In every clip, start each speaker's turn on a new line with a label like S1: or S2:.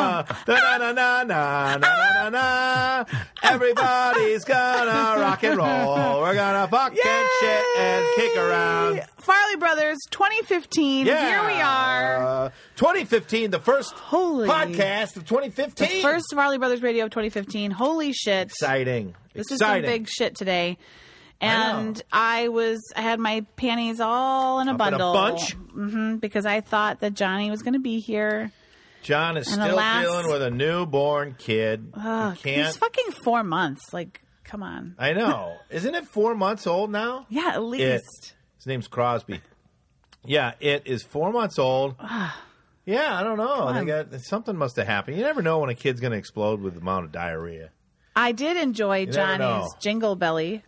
S1: na na na na na na na.
S2: Oh.
S1: Everybody's gonna rock and roll. We're gonna fucking shit and kick around.
S2: Farley Brothers 2015.
S1: Yeah.
S2: Here we are.
S1: Uh, 2015, the first
S2: Holy.
S1: podcast of 2015.
S2: The first Farley Brothers Radio of 2015. Holy shit.
S1: exciting.
S2: This
S1: exciting.
S2: is some big shit today.
S1: I know.
S2: And I, was I had my panties all in a
S1: Up in a
S2: bundle.
S1: bunch?
S2: hmm because I thought that Johnny was going to be here.
S1: John is
S2: and
S1: still
S2: alas-
S1: dealing with a newborn kid. He
S2: Ugh,
S1: can't.
S2: He's fucking four months. Like, come on.
S1: I know. Isn't it four months old now?
S2: Yeah, at
S1: It.
S2: least.
S1: His name's Crosby. Yeah, it is four months old. yeah, I don't know. They got something must have happened. You never know when a kid's going to explode with the amount of diarrhea.
S2: I did
S1: never
S2: enjoy
S1: know.
S2: Johnny's jingle belly.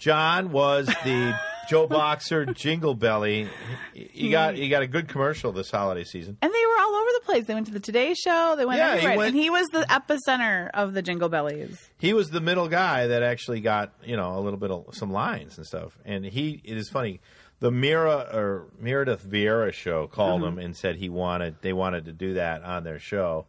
S1: John was the Joe Boxer Jingle Belly. You got you got a good commercial this holiday season.
S2: And they were all over the place. They went to the Today Show. They went
S1: Yeah, he
S2: everywhere.
S1: went-
S2: and he was the epicenter of the Jingle Bellies.
S1: He was the middle guy that actually got you know a little bit of some lines and stuff. And he it is funny. The Mira or Meredith Vieira show called
S2: Mm-hmm.
S1: him and said he wanted they wanted to do that on their show.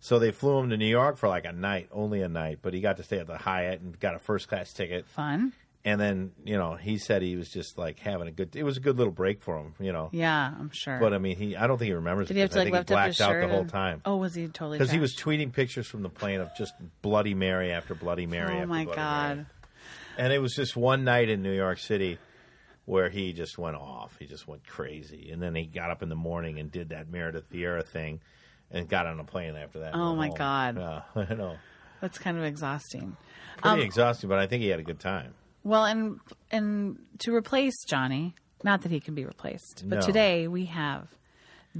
S1: So they flew him to New York for like a night, only a night, but he got to stay at the Hyatt and got a first class ticket.
S2: Fun.
S1: And then, you know, he said he was just like having a good it was a good little break for him, you know.
S2: Yeah, I'm sure.
S1: But I mean, he I don't think he remembers.
S2: did he have to
S1: because
S2: like
S1: I think
S2: lift
S1: he
S2: up
S1: blacked
S2: his
S1: out
S2: shirt?
S1: the whole
S2: and-
S1: time
S2: Oh, was he totally?
S1: because he
S2: trashed?
S1: was tweeting pictures from the plane of just Bloody Mary after Bloody Mary.
S2: Oh
S1: after
S2: my
S1: Bloody
S2: god.
S1: Mary. And it was just one night in New York City where he just went off. He just went crazy, and then he got up in the morning and did that Meredith Vieira thing, and got on a plane after that. and
S2: Oh
S1: went
S2: my
S1: home.
S2: God.
S1: Yeah, I know.
S2: That's kind of exhausting. Um,
S1: Pretty exhausting, but I think he had a good time.
S2: Well, and and to replace Johnny, not that he can be replaced, but
S1: No.
S2: today we have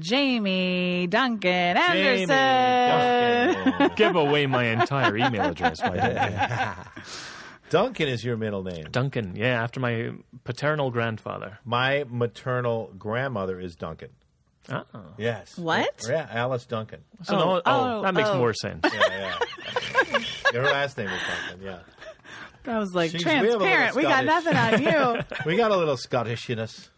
S2: Jamie Duncan
S1: Jamie
S2: Anderson.
S1: Duncan.
S3: Give away my entire email address. Why don't you?
S1: Duncan is your middle name.
S3: Duncan, yeah, after my paternal grandfather.
S1: My maternal grandmother is Duncan.
S3: Oh,
S1: Yes.
S2: What?
S1: Yeah, Alice Duncan.
S3: so no- oh,
S2: oh,
S3: that makes
S2: oh.
S3: more sense.
S1: yeah, yeah. Her last name was Duncan. Yeah,
S2: I was like
S1: She's- we have a little
S2: transparent. We, got
S1: Scottish.
S2: nothing on you.
S1: we got a little Scottish in us.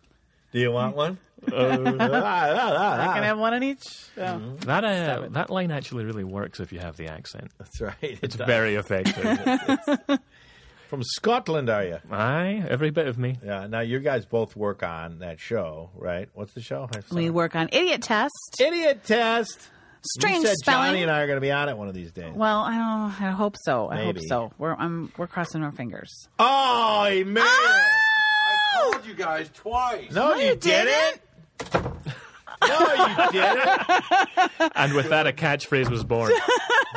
S1: Do you want one?
S4: Uh,
S1: Ah,
S2: Can I have one in each? Oh.
S1: Mm-hmm.
S3: That uh, that line actually really works if you have the accent.
S1: That's right. Uh,
S3: It's very effective.
S1: from Scotland, are you?
S3: Aye, every bit of me.
S1: Yeah. Now you guys both work on that show, right? What's the show? I'm sorry.
S2: We work on idiot test,
S1: Idiot Test.
S2: strange
S1: you said
S2: spelling.
S1: Johnny and I are going to be on it one of these days.
S2: well, I don't. I hope so. I hope
S1: Maybe.
S2: so. We're I'm, we're crossing our fingers.
S1: Oh, he made it.
S4: I told you guys twice.
S1: No, you,
S2: Ah! you
S1: didn't. no, you didn't.
S3: And with that, a catchphrase was born.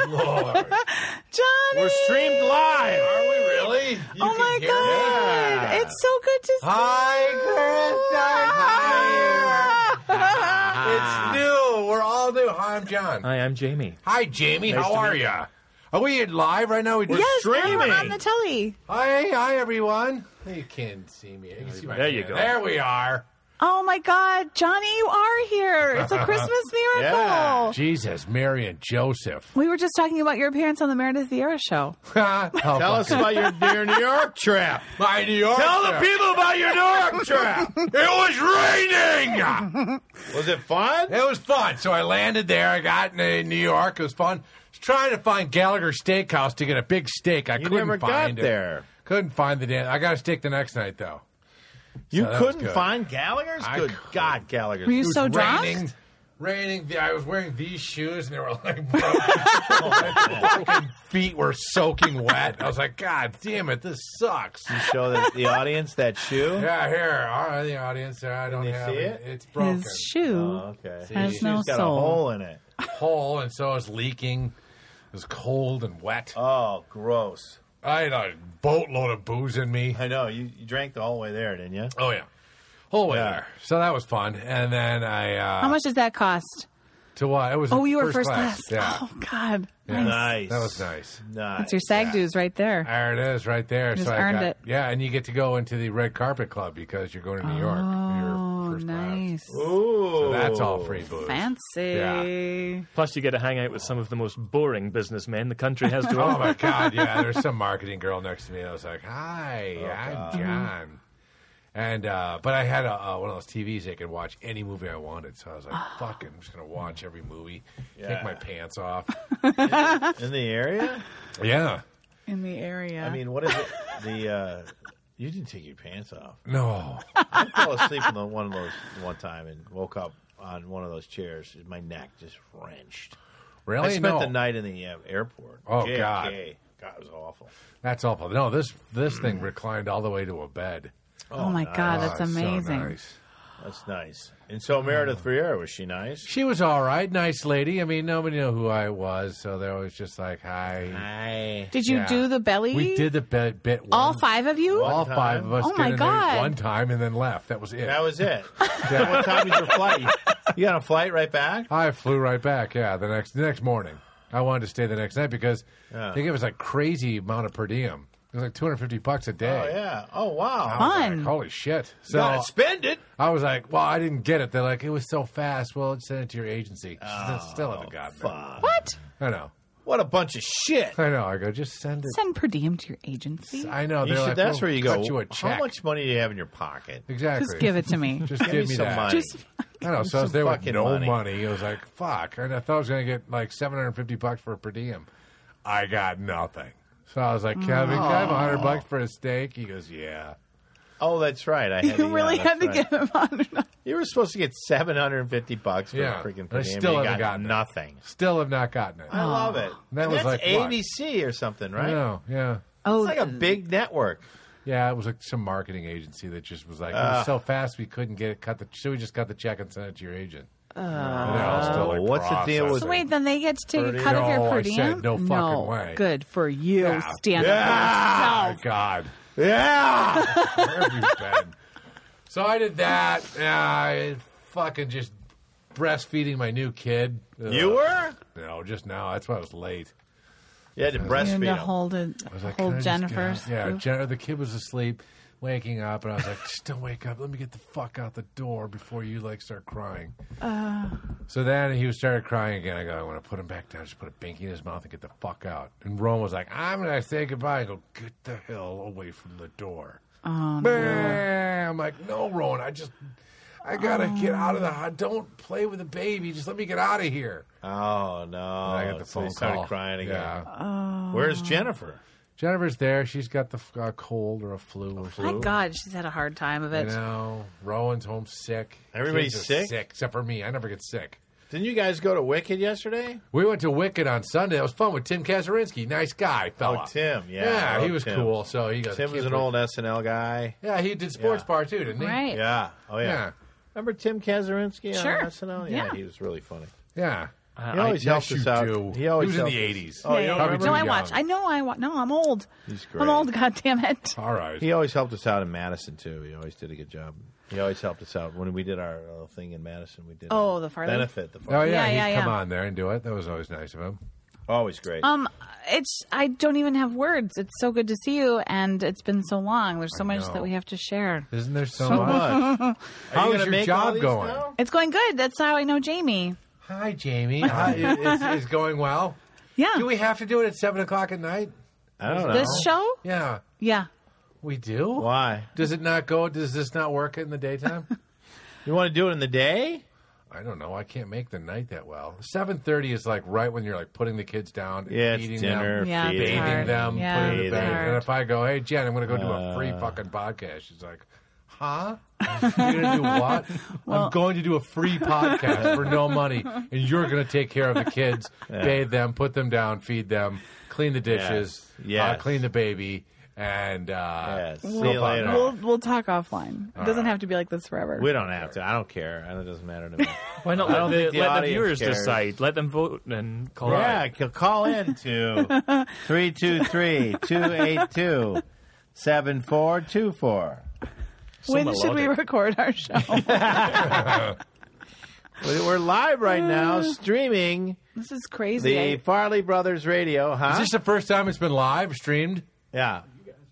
S1: Lord.
S2: Johnny,
S1: We're streamed live.
S4: Are we really? You
S2: oh my god,
S1: Yeah.
S2: it's so good to see.
S4: Hi, Chris. Hi. It's new. We're all new. Hi, I'm John.
S3: Hi, I'm Jamie.
S4: Hi, Jamie.
S3: Nice
S4: How
S3: to
S4: are
S3: meet
S4: ya? Are we live right now? We just
S2: yes, and
S1: streaming.
S2: we're on the telly.
S4: Hi, hi, everyone. You can't see me. You can see my
S3: There you
S4: hand.
S3: go.
S4: There we are.
S2: Oh my God, Johnny, you are here! It's a Christmas miracle.
S1: Yeah.
S4: Jesus, Mary, and Joseph.
S2: We were just talking about your appearance on the Meredith Vieira show.
S1: Tell us about your, your New York trip.
S4: my New York.
S1: Tell the
S4: trip.
S1: people about your New York trip.
S4: It was raining.
S1: Was it fun?
S4: It was fun. So I landed there. I got in uh, New York. It was fun. was trying to find Gallagher Steakhouse to get a big steak. I
S1: You
S4: couldn't
S1: never
S4: find
S1: got
S4: it.
S1: there.
S4: Couldn't find the damn. I got a steak the next night though.
S1: You
S4: So that was
S1: couldn't
S4: good.
S1: find Gallagher's?
S4: I
S1: good
S4: couldn't.
S1: God, Gallagher's.
S2: Were you
S4: It
S2: so
S4: was
S2: drunk?
S4: raining. Raining. The- I was wearing these shoes and they were like broken. My fucking feet were soaking wet. I was like, God damn it, this sucks.
S1: Show the, the audience that shoe?
S4: Yeah, here. All right, the audience. I don't
S1: they
S4: have
S1: see
S4: it.
S1: it?
S4: It's broken.
S2: His shoe
S1: Oh, okay.
S2: has
S4: She's
S2: no
S1: It's got
S2: soul.
S1: a hole in it.
S4: Hole, and so it's leaking. It was cold and wet.
S1: Oh, gross.
S4: I had a boatload of booze in me.
S1: I know. You, you drank the whole way there, didn't you?
S4: Oh yeah, whole way
S1: Yeah.
S4: there. So that was fun. And then I uh,
S2: How much does that cost?
S4: to what? It was
S2: Oh, you were first class.
S4: Yeah,
S2: Oh God,
S4: Yeah.
S1: Nice.
S2: nice.
S4: that was nice.
S1: Nice.
S2: That's your SAG dues right there.
S4: There it is, right there.
S2: Just
S4: so I
S2: earned
S4: got,
S2: it.
S4: Yeah, and you get to go into the red carpet club because you're going to New York.
S2: Oh,
S4: You're first class.
S2: nice,
S1: Ooh.
S4: So that's all free booze.
S2: fancy.
S3: Plus, you get to hang out with some of the most boring businessmen the country has to
S4: Oh
S3: offer.
S1: Oh,
S4: my god, yeah. There's some marketing girl next to me. and I was like, "Hi, I'm John." And uh, but I had a, uh, one of those TVs that could watch any movie I wanted, so I was like, "Fucking, I'm just gonna watch every movie,
S1: Yeah.
S4: take my pants off."
S1: in the area.
S4: yeah,
S2: in the area.
S1: I mean, what is it? The uh, you didn't take your pants off.
S4: no,
S1: I fell asleep in the, one of those one time and woke up on one of those chairs. My neck just wrenched.
S4: really,
S1: I spent
S4: no.
S1: the night in the uh, airport.
S4: Oh,
S1: JFK.
S4: God.
S1: God, it was awful.
S4: That's awful. No, this this thing
S1: Mm.
S4: reclined all the way to a bed.
S2: oh, my God, that's
S4: Ah, it's so
S2: amazing.
S4: nice.
S1: That's nice. And so
S4: Oh.
S1: Meredith Vieira was she nice?
S4: She was all right, nice lady. I mean, nobody knew who I was, so they was just like, "Hi."
S1: I
S2: Did you
S4: Yeah.
S2: do the belly?
S4: We did the bit, bit
S2: all
S4: one-
S2: five of you.
S4: all
S1: time?
S4: five of us.
S2: Oh,
S4: did
S2: my
S4: it in
S2: God.
S4: One time and then left. That was it.
S1: That was it. So what time was your flight? You got a flight right back?
S4: I flew right back. Yeah, the next the next morning. I wanted to stay the next night because they gave us like crazy amount of per diem. It was like two hundred fifty bucks a
S1: Oh
S4: day.
S1: yeah. Oh wow.
S4: I was like,
S2: Fun.
S4: holy shit! So
S1: Gotta spend it.
S4: I was like, well, I didn't get it. They're like, it was so fast. Well, send it to your agency. She still haven't gotten it.
S1: Oh, Fuck.
S2: What?
S4: I know.
S1: What a bunch of shit.
S4: I know. I go, just send it.
S2: Send per diem to your agency.
S4: I know.
S1: You
S4: They're
S1: should-
S4: like,
S1: that's
S4: we'll
S1: where you
S4: cut
S1: go.
S4: You a check.
S1: How much money do you have in your pocket?
S4: Exactly.
S2: Just give it to me.
S4: Just give,
S1: me
S4: me
S1: some
S4: that.
S1: money.
S2: Just
S4: I know. So I
S1: some
S4: was there with
S1: fucking
S4: no
S1: money.
S4: money. It was like, fuck. And I thought I was going to get like 750 bucks for a per diem. I got nothing. So I was like, Kevin, can I have 100 bucks for a steak? He goes, yeah.
S1: Oh, that's right. I had to-
S2: you
S1: yeah,
S2: really
S1: that's
S2: had to
S1: right.
S2: get him on.
S1: You were supposed to get seven hundred and fifty bucks for
S4: Yeah.
S1: a freaking
S4: I
S1: per diem.
S4: still
S1: you
S4: haven't
S1: got
S4: gotten it.
S1: nothing.
S4: Still have not gotten it.
S1: I love it.
S4: That
S1: And
S4: was
S1: that's
S4: like what?
S1: ABC or something,
S4: I
S1: right?
S4: know. Yeah.
S2: Oh,
S1: It's like a big network.
S4: Yeah, it was like some marketing agency that just was like, it was so fast we couldn't get it. Cut the. Should we just cut the check and send it to your agent? And they're all still, like,
S1: Oh, What's the deal with-
S2: So wait, then they get to take
S1: Per
S2: a cut of
S4: diem.
S2: your
S4: No,
S2: per
S4: I
S2: diem?
S4: said no fucking way.
S2: Good for you.
S4: Yeah.
S2: Stand up for
S4: Ah,
S2: yourself.
S4: God.
S1: Yeah.
S4: Where have you been? So I did that. and I fucking just breastfeeding my new kid. Ugh.
S1: you were?
S4: No, just now. That's why I was late.
S1: You had to
S2: You
S1: breastfeed
S2: need to
S1: 'em.
S2: hold it.
S4: I was
S2: Hold
S4: like, "Can I just get
S2: Jennifer's.
S4: out?" Yeah,
S2: boob.
S4: Jen- the kid was asleep, waking up, and I was like, just don't wake up. Let me get the fuck out the door before you like start crying. So then he was started crying again. I go, I want to put him back down. Just put a binky in his mouth and get the fuck out. And Rome was like, I'm gonna say goodbye. I go, get the hell away from the door. Oh, I'm like, no, Rowan, I just. I gotta get out of the. I don't play with the baby. Just let me get out of here.
S1: Oh no!
S4: I got the
S1: So
S4: phone
S1: he started
S4: call.
S1: crying again.
S4: Yeah.
S1: Where's Jennifer?
S4: Jennifer's there. She's got the f- uh, cold or a flu or
S2: My
S4: flu.
S2: God, she's had a hard time of
S4: You
S2: it.
S4: know, Rowan's home sick.
S1: Everybody's
S4: Kids are
S1: sick?
S4: except for me. I never get sick.
S1: Didn't you guys go to Wicked yesterday?
S4: We went to Wicked on Sunday. It was fun with Tim Kazurinsky. Nice guy,
S1: Oh,
S4: fella.
S1: Tim, yeah, I
S4: yeah, he
S1: love
S4: was
S1: Tim.
S4: cool. So he goes.
S1: Tim was
S4: "Keep
S1: an
S4: it-"
S1: old SNL guy.
S4: Yeah, he did sports
S1: Yeah.
S4: bar too, didn't he?
S2: Right.
S1: Yeah. Oh yeah.
S4: Yeah.
S1: Remember Tim Kazurinsky
S2: Sure.
S1: on SNL? Yeah,
S2: Yeah.
S1: he was really funny.
S4: Yeah.
S1: He always
S4: yes,
S1: helped us
S4: you
S1: out.
S4: do.
S1: He always
S4: He was in
S1: helped
S4: the
S1: us.
S4: 80s.
S1: Oh, you don't
S2: Yeah,
S4: Probably
S1: remember?
S2: no,
S4: too
S2: I
S4: young.
S2: watch. I know I watch. No, I'm old.
S1: He's great.
S2: I'm old. God damn it.
S4: All right.
S1: He always helped us out in Madison too. He always did a good job. He always helped us out when we did our uh, thing in Madison. We did
S2: Oh,
S1: uh,
S2: the Farley?
S1: benefit. The
S4: oh yeah,
S1: Farley.
S2: Yeah,
S4: he'd
S2: yeah,
S4: come
S2: yeah.
S4: on there and do it. That was always nice of him.
S1: always great.
S2: Um, it's I don't even have words. It's so good to see you, and it's been so long. There's so
S4: I
S2: much
S4: know.
S2: that we have to share.
S4: Isn't there so,
S1: So
S4: much?
S1: much. Are
S4: How's
S1: you gonna
S4: your
S1: make
S4: job
S1: all these
S4: going?
S1: now?
S2: It's going good. That's how I know Jamie.
S4: Hi, Jamie. Hi, is, is going well?
S2: Yeah,
S4: Do we have to do it at seven o'clock at night?
S1: I don't know
S2: this show.
S4: Yeah,
S2: Yeah,
S4: we do.
S1: why.
S4: Does it not go? Does this not work in the daytime?
S1: You want to do it in the day?
S4: I don't know. I can't make the night that well. Seven thirty is like right when you're like putting the kids down, and
S1: Yeah,
S4: feeding
S1: it's dinner, Uh.
S4: them,
S2: Yeah, it's
S1: feeding.
S4: bathing
S2: hard.
S4: them,
S2: Yeah,
S4: putting them to
S1: it's
S4: bed.
S2: hard.
S4: And if I go, hey Jen, I'm going to go do a free fucking podcast, she's like, huh? You're going to do what? I'm going to do a free podcast for no money, and you're going to take care of the kids, bathe them, put them down, feed them, clean the dishes,
S1: Yes.
S4: Uh, clean the baby, and uh,
S1: Yes. See
S4: we'll
S1: you
S4: find
S1: later.
S4: out.
S2: we'll we'll talk offline. It doesn't have to be like this forever.
S1: We don't have to. I don't care. I don't- It doesn't matter to me.
S3: Why not
S1: I don't
S3: let, the,
S1: think the
S3: let the
S1: audience
S3: viewers
S1: cares.
S3: decide? Let them vote and call
S1: yeah,
S3: it.
S1: c- call in to 323-282-7424.
S2: when
S3: So
S2: should we
S3: melodic.
S2: record our show?
S1: We- We're live right now streaming
S2: this is crazy. eh?
S1: the
S2: I-
S1: Farley Brothers Radio, huh?
S4: Is this the first time it's been live streamed?
S1: yeah.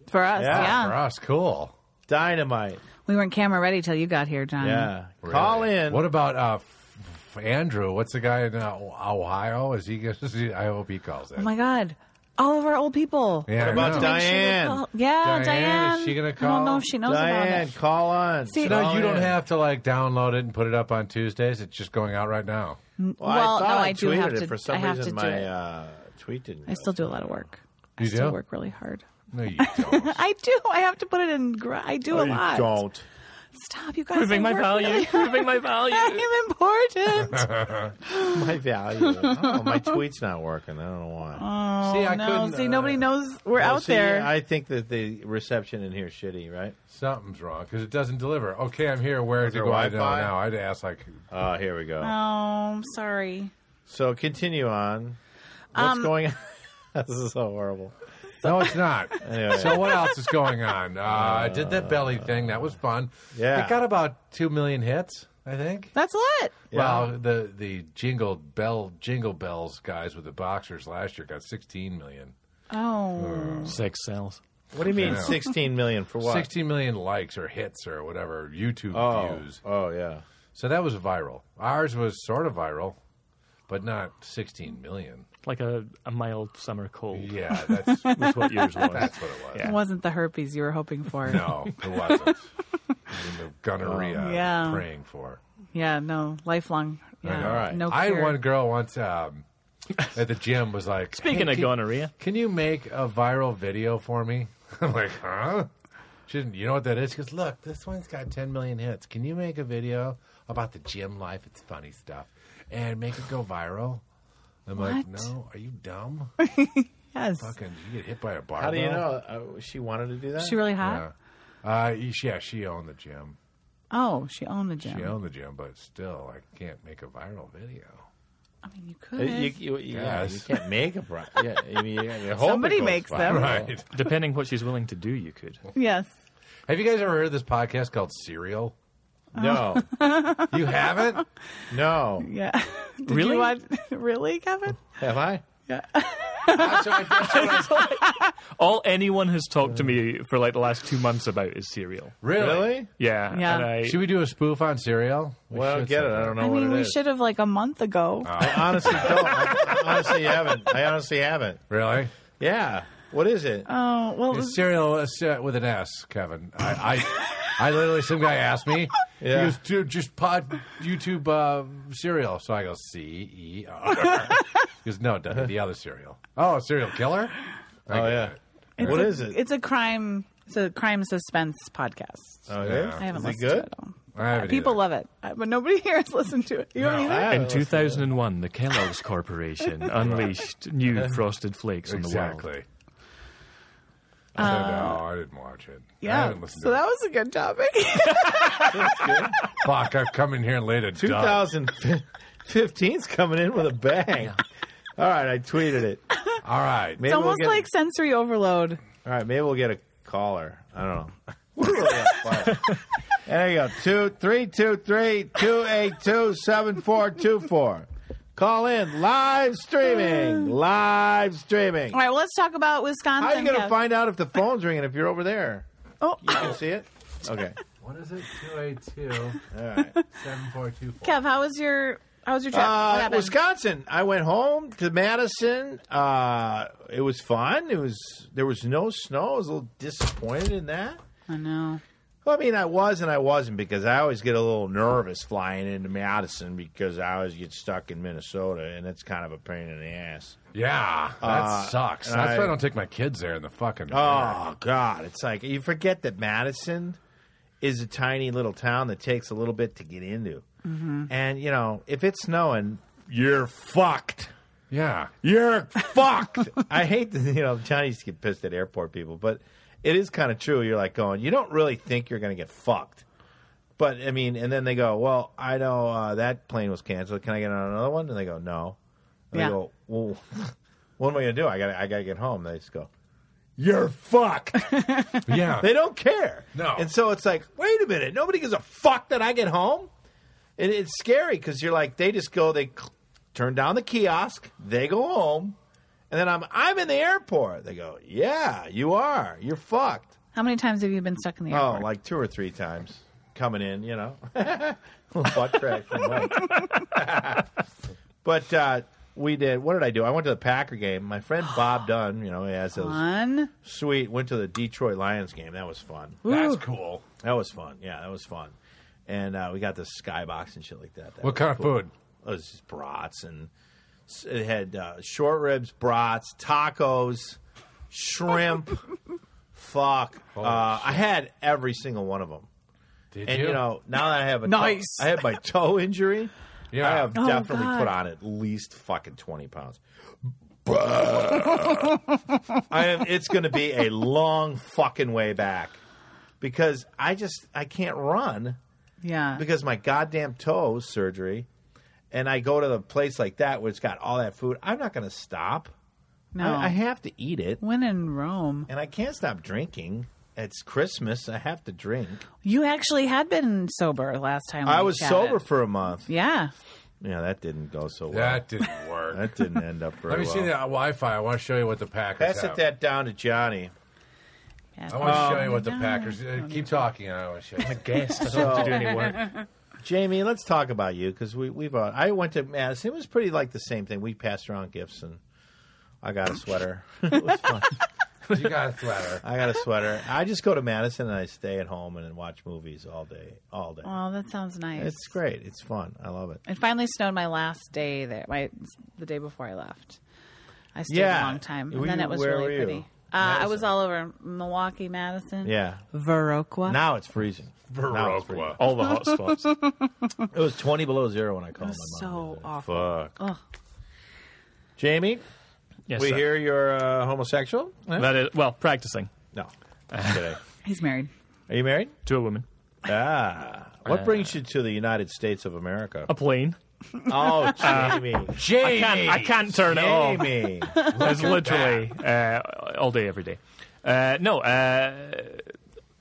S2: for us,
S1: Yeah,
S2: yeah.
S4: For us, cool.
S1: Dynamite.
S2: We weren't camera ready till you got here, John.
S1: Yeah. Call
S4: Really?
S1: in.
S4: What about uh, f- f- Andrew? What's the guy in uh, Ohio? Is he? gonna- I hope he calls
S2: Oh
S4: in.
S2: my God. all of our old people.
S4: Yeah, I
S1: about
S4: know.
S2: To make sure they
S1: Diane?
S2: call- yeah,
S4: Diane, is
S2: Diane.
S4: she gonna
S2: I
S4: call?
S2: don't know if she knows about
S1: Diane,
S2: it.
S1: call on.
S2: See-
S1: Call
S4: No, you don't
S1: in.
S4: have to like download it and put it up on Tuesdays. It's just going out right now.
S1: Well,
S2: Well,
S1: I thought
S2: no,
S1: I,
S2: I do
S1: tweeted
S2: have
S1: it.
S2: to-
S1: For some
S2: I have
S1: reason,
S2: to do
S1: my
S2: it.
S1: uh, tweet didn't.
S2: I still do a lot of work. I
S4: You
S2: still
S4: do?
S2: work really hard.
S4: No, you don't.
S2: I do. I have to put it in. Gr- I
S4: Oh,
S2: do a lot.
S1: Don't.
S2: Stop, you guys.
S3: Proving
S2: I
S3: my
S2: work
S3: value.
S2: really-
S3: Proving my value.
S2: I am important.
S1: My value. oh, my tweet's not working. I don't know why.
S4: see, I
S2: Oh, no,
S4: couldn't.
S2: see,
S4: uh,
S2: nobody knows we're
S1: Well,
S2: out
S1: Oh, see,
S2: there.
S1: I think that the reception in here is shitty, right?
S4: Something's wrong because it doesn't deliver. Okay, I'm here. Where do
S1: there
S4: go? I don't know
S1: Wi-Fi?
S4: now. I'd ask like,
S1: Oh, here we go.
S2: oh, I'm sorry.
S1: So continue on. What's
S2: Um,
S1: going on? this is so horrible.
S4: no, it's not.
S1: Anyway.
S4: so what else is going on? Uh, I did that belly thing. That was fun.
S1: Yeah.
S4: it got about two million hits. I think.
S2: That's a lot.
S4: Well, the the jingle bell jingle bells guys with the boxers last year got 16 million.
S2: Oh,
S3: Six cells.
S1: What do you mean
S4: Yeah.
S1: 16 million for what?
S4: 16 million likes or hits or whatever YouTube
S1: oh,
S4: views.
S1: oh, yeah.
S4: So that was viral. Ours was sort of viral, but not 16 million.
S3: Like a, a mild summer cold.
S4: Yeah, that's
S3: That's what yours was.
S4: that's what it was.
S3: Yeah.
S2: it wasn't the herpes you were hoping for.
S4: No, it wasn't. Even the gonorrhea
S2: Oh. Yeah.
S4: I'm praying for.
S2: Yeah, no, lifelong. Yeah,
S1: All right.
S2: No
S4: I had
S2: cure.
S4: one girl once um, at the gym was like,
S3: Speaking
S4: "Hey,
S3: of
S4: can-
S3: gonorrhea,
S4: Can you make a viral video for me? I'm like, huh? She didn't, you know what that is? She goes, look, this one's got 10 million hits. Can you make a video about the gym life? It's funny stuff. And make it go viral? I'm like,
S2: What?
S4: no, are you dumb?
S2: Yes.
S4: Fucking, you get hit by a barbell.
S1: How do you know? Uh, she wanted to do that?
S2: She really hot?
S4: Yeah. Uh, yeah, she owned the gym.
S2: Oh, she owned the gym.
S4: She owned the gym, but still, I can't make a viral video.
S2: I mean, you
S1: Uh,
S2: could.
S1: You, you, you, yeah,
S4: Yes.
S1: you can't make a bra. Yeah, I mean, you- you hope it
S2: Somebody
S1: goes
S2: makes
S1: viral.
S2: them.
S4: Right.
S3: depending what she's willing to do, you could.
S2: yes.
S4: Have you guys ever heard of this podcast called Serial?
S1: No,
S4: You haven't?
S1: no.
S2: Yeah. Did
S3: Really?
S2: You watch- really, Kevin?
S1: Have I?
S4: Ah, so I guess what I-
S3: All anyone has talked to me for like the last two months about is cereal.
S1: Really?
S3: Yeah.
S2: Yeah.
S3: And I,
S4: Should we do a spoof on cereal? We
S1: Well,
S4: should
S1: get it.
S4: sometime.
S1: I don't know
S2: I
S1: what
S2: mean,
S1: it
S2: we
S1: is.
S2: should have like a month ago.
S1: I honestly don't. I honestly haven't. I honestly haven't.
S4: Really?
S1: Yeah. What is it?
S2: Oh well,
S4: It's cereal uh, se- with an S, Kevin. I, I, I literally, some guy asked me.
S1: Yeah.
S4: He goes, dude, just pod YouTube uh, cereal. So I go, C E R. He goes, no, the, the other cereal. Oh, serial killer? I
S1: oh
S4: get
S1: yeah.
S4: it.
S2: it's
S1: What
S2: a-
S1: is it?
S2: It's a crime. It's a crime suspense podcast.
S1: oh, it
S4: Yeah.
S1: is?
S2: I haven't
S1: Is it
S2: listened to
S1: good?
S2: it. all.
S4: I haven't
S2: People
S4: either.
S2: love it, Uh, but nobody here has listened to it. You
S4: No,
S2: don't either.
S1: I
S3: In
S1: haven't listened to it.
S3: 2001, the Kellogg's Corporation unleashed new
S1: Uh,
S3: frosted flakes on the world.
S4: Exactly. So, no, I didn't watch it. I
S2: Uh, yeah.
S4: haven't listened
S2: So
S4: to
S2: that
S4: it.
S2: was a good topic.
S4: Fuck, I've come in here and laid a dud.
S1: 2015's coming in with a bang. All right, I tweeted it.
S4: All right.
S1: Maybe
S2: it's
S1: we'll
S2: almost
S1: get,
S2: like sensory overload.
S1: All right, maybe we'll get a caller. I don't know. We're really on fire. there you go. Two three two three two eight two seven four two four. Call in live streaming. Live streaming.
S2: All right, well, let's talk about Wisconsin.
S1: How are you going to
S2: Kev.
S1: find out if the phone's ringing if you're over there?
S2: Oh,
S1: You can see it. Okay.
S4: What is it? 282
S1: All right.
S4: 7424.
S2: Kev, how was your how was your trip? what
S1: Uh,
S2: happened?
S1: Wisconsin. I went home to Madison. Uh, it was fun. It was there was no snow. I was a little disappointed in that.
S2: I know.
S1: Well, I mean, I was and I wasn't because I always get a little nervous flying into Madison because I always get stuck in Minnesota, and it's kind of a pain in the ass.
S4: Yeah, that
S1: Uh,
S4: sucks.
S1: and
S4: That's
S1: I-
S4: why I don't take my kids there in the fucking.
S1: Oh God, it's like you forget that Madison is a tiny little town that takes a little bit to get into, and you know if it's snowing, you're fucked.
S4: yeah.
S1: You're fucked. I hate to, you know, Chinese get pissed at airport people, but it is kind of true. You're like going, you don't really think you're going to get fucked. But I mean, and then they go, well, I know uh, that plane was canceled. Can I get on another one? And they go, no. And
S2: Yeah.
S1: They go, well, what am I going to do? I got I got to get home. They just go, you're fucked.
S4: yeah,
S1: They don't care.
S4: No.
S1: And so it's like, wait a minute, nobody gives a fuck that I get home. And it's scary because you're like, they just go, they cl- turn down the kiosk, they go home, and then I'm I'm in the airport. They go, yeah, you are. You're fucked.
S2: How many times have you been stuck in the
S1: Oh,
S2: airport?
S1: like two or three times coming in, you know, butt crack from Mike. but uh, we did. What did I do? I went to the Packer game. My friend Bob Dunn, you know, he has those
S2: Fun.
S1: sweet. Went to the Detroit Lions game. That was fun.
S4: That's cool.
S1: That was fun. Yeah, that was fun. And uh, we got the skybox and shit like that. That
S4: What
S1: was
S4: kind of
S1: cool.
S4: food?
S1: It was just brats and s- it had uh, short ribs, brats, tacos, shrimp. Fuck, uh, I had every single one of them.
S4: Did
S1: And you know, now that I have a
S2: Nice.
S1: toe, I had my toe injury.
S4: Yeah.
S1: I have
S2: Oh,
S1: definitely
S2: God.
S1: put on at least fucking twenty pounds. I am. It's going to be a long fucking way back because I just I can't run
S2: Yeah.
S1: because my goddamn toe surgery, and I go to the place like that where it's got all that food. I'm not going to stop.
S2: no.
S1: I, I have to eat it,
S2: when in Rome,
S1: and I can't stop drinking. It's Christmas. I have to drink.
S2: you actually had been sober last time.
S1: I
S2: we
S1: was
S2: chatted.
S1: sober for a month.
S2: Yeah.
S1: Yeah, that didn't go so well. That,
S4: that didn't work.
S1: didn't end up very
S4: Let me
S1: well.
S4: see the Wi-Fi. I want to show you what the Packers
S1: Pass
S4: have.
S1: it that down to Johnny.
S2: Yeah.
S4: I want to
S1: Um,
S4: show you what the Packers. Uh, keep talking. I want to show you.
S3: guest. I don't have to do any work.
S1: Jamie, let's talk about you because we we've uh, I went to Madison. It was pretty like the same thing. We passed around gifts and I got a sweater. it was fun.
S4: you got a flatter.
S1: I got a sweater. I just go to Madison and I stay at home and watch movies all day, all day.
S2: Oh, that sounds nice.
S1: It's great. It's fun. I love it.
S2: It finally snowed my last day there, my the day before I left. I stayed
S1: Yeah.
S2: a long time, and
S1: Were
S2: then
S1: you-
S2: it was
S1: where were
S2: really
S1: you?
S2: pretty. Uh, I was
S1: Madison.
S2: all over Milwaukee, Madison,
S1: Yeah.
S2: Viroqua.
S1: Now it's freezing. Now it's freezing.
S4: Baroque.
S3: All the hot spots.
S1: It was twenty below zero when I called my mom.
S2: so awful.
S1: Fuck. Jamie,
S3: Yes,
S1: we
S3: sir.
S1: hear you're uh, homosexual. Huh?
S3: That is well practicing
S1: No. Just kidding.
S2: He's married.
S1: Are you married?
S3: to a woman.
S1: Ah. What brings you to the United States of America?
S3: A plane.
S1: Oh, Jamie.
S4: Jamie,
S3: Can't, I can't turn it off.
S1: Jamie.
S3: It's literally uh, all day, every day. Uh, no, uh,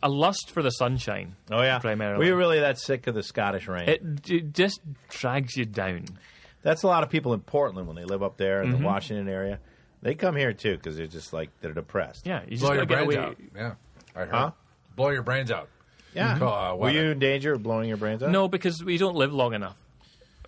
S3: a lust for the sunshine.
S1: Oh, yeah.
S3: primarily.
S1: We were really that sick of the Scottish rain.
S3: It, d just drags you down.
S1: That's a lot of people in Portland when they live up there
S3: Mm-hmm.
S1: in the Washington area. They come here too because they're just like they're depressed.
S3: Yeah, you just
S4: blow
S3: gotta
S4: your
S3: get
S4: brains
S3: away.
S4: out. Yeah, I heard.
S1: Huh?
S4: Blow your brains out.
S1: yeah.
S4: Uh,
S1: Were you in danger of blowing your brains out?
S3: Mm-hmm. No, because we don't live long enough.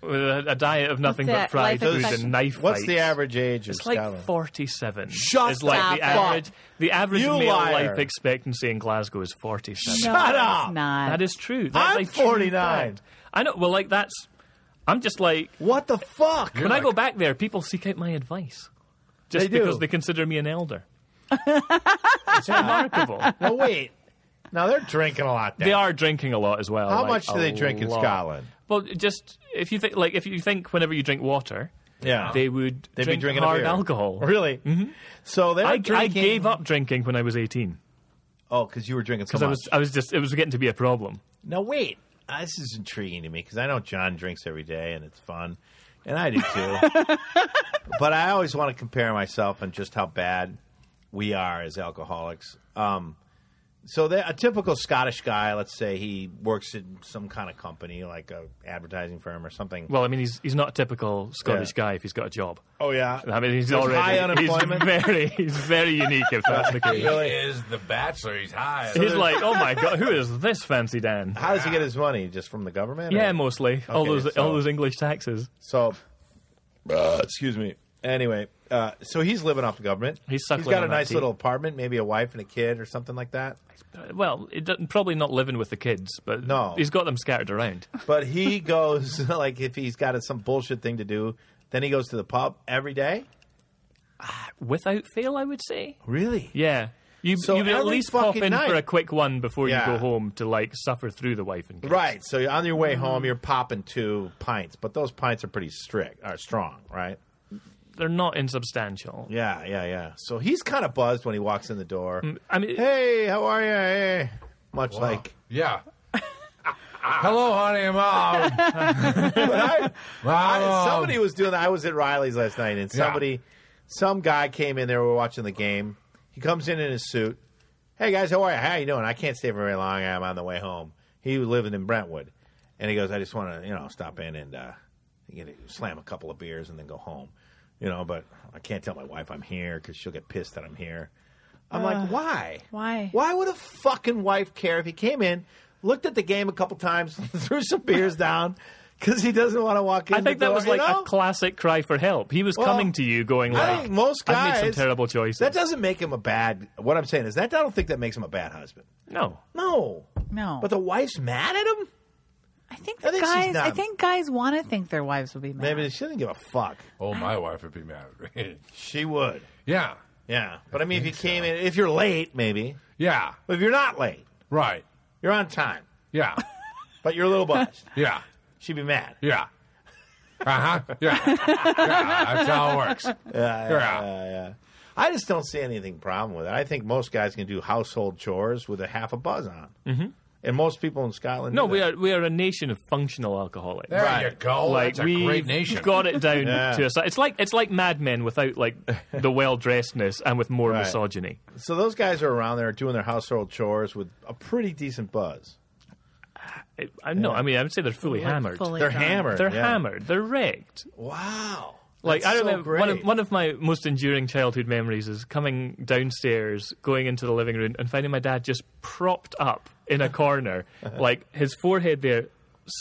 S3: With a, a diet of nothing but
S2: What's that?
S3: fried
S2: Life
S3: food
S2: expectancy?
S3: and knife
S1: What's
S3: fights.
S1: the average age of
S3: It's like
S1: Scotland?
S3: forty-seven.
S1: Shut
S3: is like the
S2: the fuck
S3: average. The average
S1: You
S3: male
S1: liar.
S3: life expectancy in Glasgow is forty-seven.
S2: No,
S1: Shut
S2: it's
S1: up!
S2: Not.
S3: That is true. That's
S1: I'm
S3: a true
S1: 49.
S3: fact. I know. Well, like that's. I'm just like
S1: What the fuck?
S3: when I go back there, people seek out my advice, just
S1: They do.
S3: because they consider me an elder. it's remarkable.
S1: no, Oh, wait. Now they're drinking a lot. Then.
S3: They are drinking a lot as well.
S1: How
S3: like,
S1: much do
S3: a
S1: they drink in
S3: lot.
S1: Scotland?
S3: Well, just if you think, like, if you think whenever you drink water,
S1: Yeah,
S3: they would
S1: They'd
S3: drink
S1: be drinking a
S3: hard
S1: beer.
S3: alcohol.
S1: Really? Mm-hmm. So they're
S3: I,
S1: drinking.
S3: I gave up drinking when I was 18
S1: Oh, because you were drinking so
S3: because
S1: much.
S3: I was I was just it was getting to be a problem.
S1: Now wait, Uh, this is intriguing to me because I know John drinks every day and it's fun, and I do too. but I always want to compare myself and just how bad we are as alcoholics. Um, so they, a typical Scottish guy, let's say he works in some kind of company like a advertising firm or something.
S3: Well, I mean, he's he's not a typical Scottish
S1: Yeah.
S3: guy if he's got a job.
S1: oh yeah,
S3: I mean, he's
S1: There's
S3: already
S1: high unemployment.
S3: He's very he's very unique if that's the
S4: He
S3: case.
S4: is the bachelor. He's high.
S3: He's like, oh my god, who is this fancy Dan?
S1: How does he get his money? Just from the government?
S3: Yeah,
S1: or-
S3: mostly all
S1: Okay,
S3: those
S1: so-
S3: all those English taxes.
S1: So, uh, excuse me. Anyway, uh, so he's living off the government.
S3: He's
S1: he's
S3: suckling
S1: got a
S3: on that
S1: nice
S3: tea.
S1: little apartment, maybe a wife and a kid or something like that.
S3: Well, it doesn't- probably not living with the kids, but
S1: No.
S3: he's got them scattered around.
S1: But he goes like if he's got some bullshit thing to do, then he goes to the pub every day.
S3: Without fail, I would say.
S1: Really?
S3: Yeah. You,
S1: So
S3: you would at
S1: every
S3: least pop
S1: fucking
S3: in
S1: night-
S3: for a quick one before
S1: Yeah.
S3: you go home to like suffer through the wife and kids.
S1: Right. So on your way home, you're popping two pints, but those pints are pretty strict, are strong, right?
S3: They're not insubstantial.
S1: Yeah, yeah, yeah. Mm. So he's kind of buzzed when he walks in the door.
S3: I mean,
S1: Hey, how are you? Hey. Much like,
S4: yeah. Hello, honey, mom.
S1: but I,
S4: Mom.
S1: I- somebody was doing that. I was at Riley's last night, and
S4: Um, Yeah.
S1: somebody, some guy came in there. We were watching the game. He comes in in his suit. Hey guys, how are you? How you doing? I can't stay very long. I'm on the way home. He was living in Brentwood, and he goes, I just want to, you know, stop in and uh, get a, slam a couple of beers and then go home, you know. But I can't tell my wife I'm here because she'll get pissed that I'm here. I'm like, why?
S2: why?
S1: Why would a fucking wife care if he came in, looked at the game a couple times, threw some beers down, because he doesn't want to walk in.
S3: I think
S1: the
S3: that
S1: door,
S3: was
S1: you
S3: like
S1: know?
S3: a classic cry for help. He was
S1: Well,
S3: coming to you, going like,
S1: I think most guys
S3: I made some terrible choices."
S1: That doesn't make him a bad. What I'm saying is that I don't think that makes him a bad husband.
S3: no,
S1: No,
S2: No.
S1: But the wife's mad at him.
S2: I think,
S1: I think she's
S2: guys. I
S1: not-
S2: think guys want to think their wives will be mad.
S1: Maybe she doesn't give a fuck.
S4: Oh, my wife would be mad at me.
S1: She would.
S4: yeah.
S1: Yeah, but I mean, if you came in, if you're late, maybe.
S4: Yeah.
S1: But if you're not late,
S4: Right.
S1: you're on time,
S4: Yeah.
S1: but you're a little buzzed.
S4: Yeah.
S1: She'd be mad.
S4: Yeah. Uh huh. Yeah. yeah. That's how it works.
S1: Yeah,
S4: Yeah.
S1: yeah. I just don't see anything problem with it. I think most guys can do household chores with a half a buzz on, mm-hmm. and most people in Scotland.
S3: no,
S1: do
S3: we
S1: that.
S3: are we are a nation of functional alcoholics.
S4: There you
S1: Right.
S4: go.
S3: Like
S4: That's a
S3: we
S4: great nation.
S3: got it down
S1: Yeah.
S3: to a si- It's like it's like Mad Men without like the well dressedness and with more
S1: Right.
S3: misogyny.
S1: So those guys are around there doing their household chores with a pretty decent buzz.
S3: It, I, No, I mean I would say they're fully hammered.
S2: fully
S1: They're
S2: drunk.
S1: hammered.
S3: They're
S1: yeah.
S3: hammered. They're wrecked.
S1: Wow.
S3: Like
S1: That's
S3: I
S1: so great.
S3: remember one of one of my most enduring childhood memories is coming downstairs, going into the living room, and finding my dad just propped up in a corner, like his forehead there,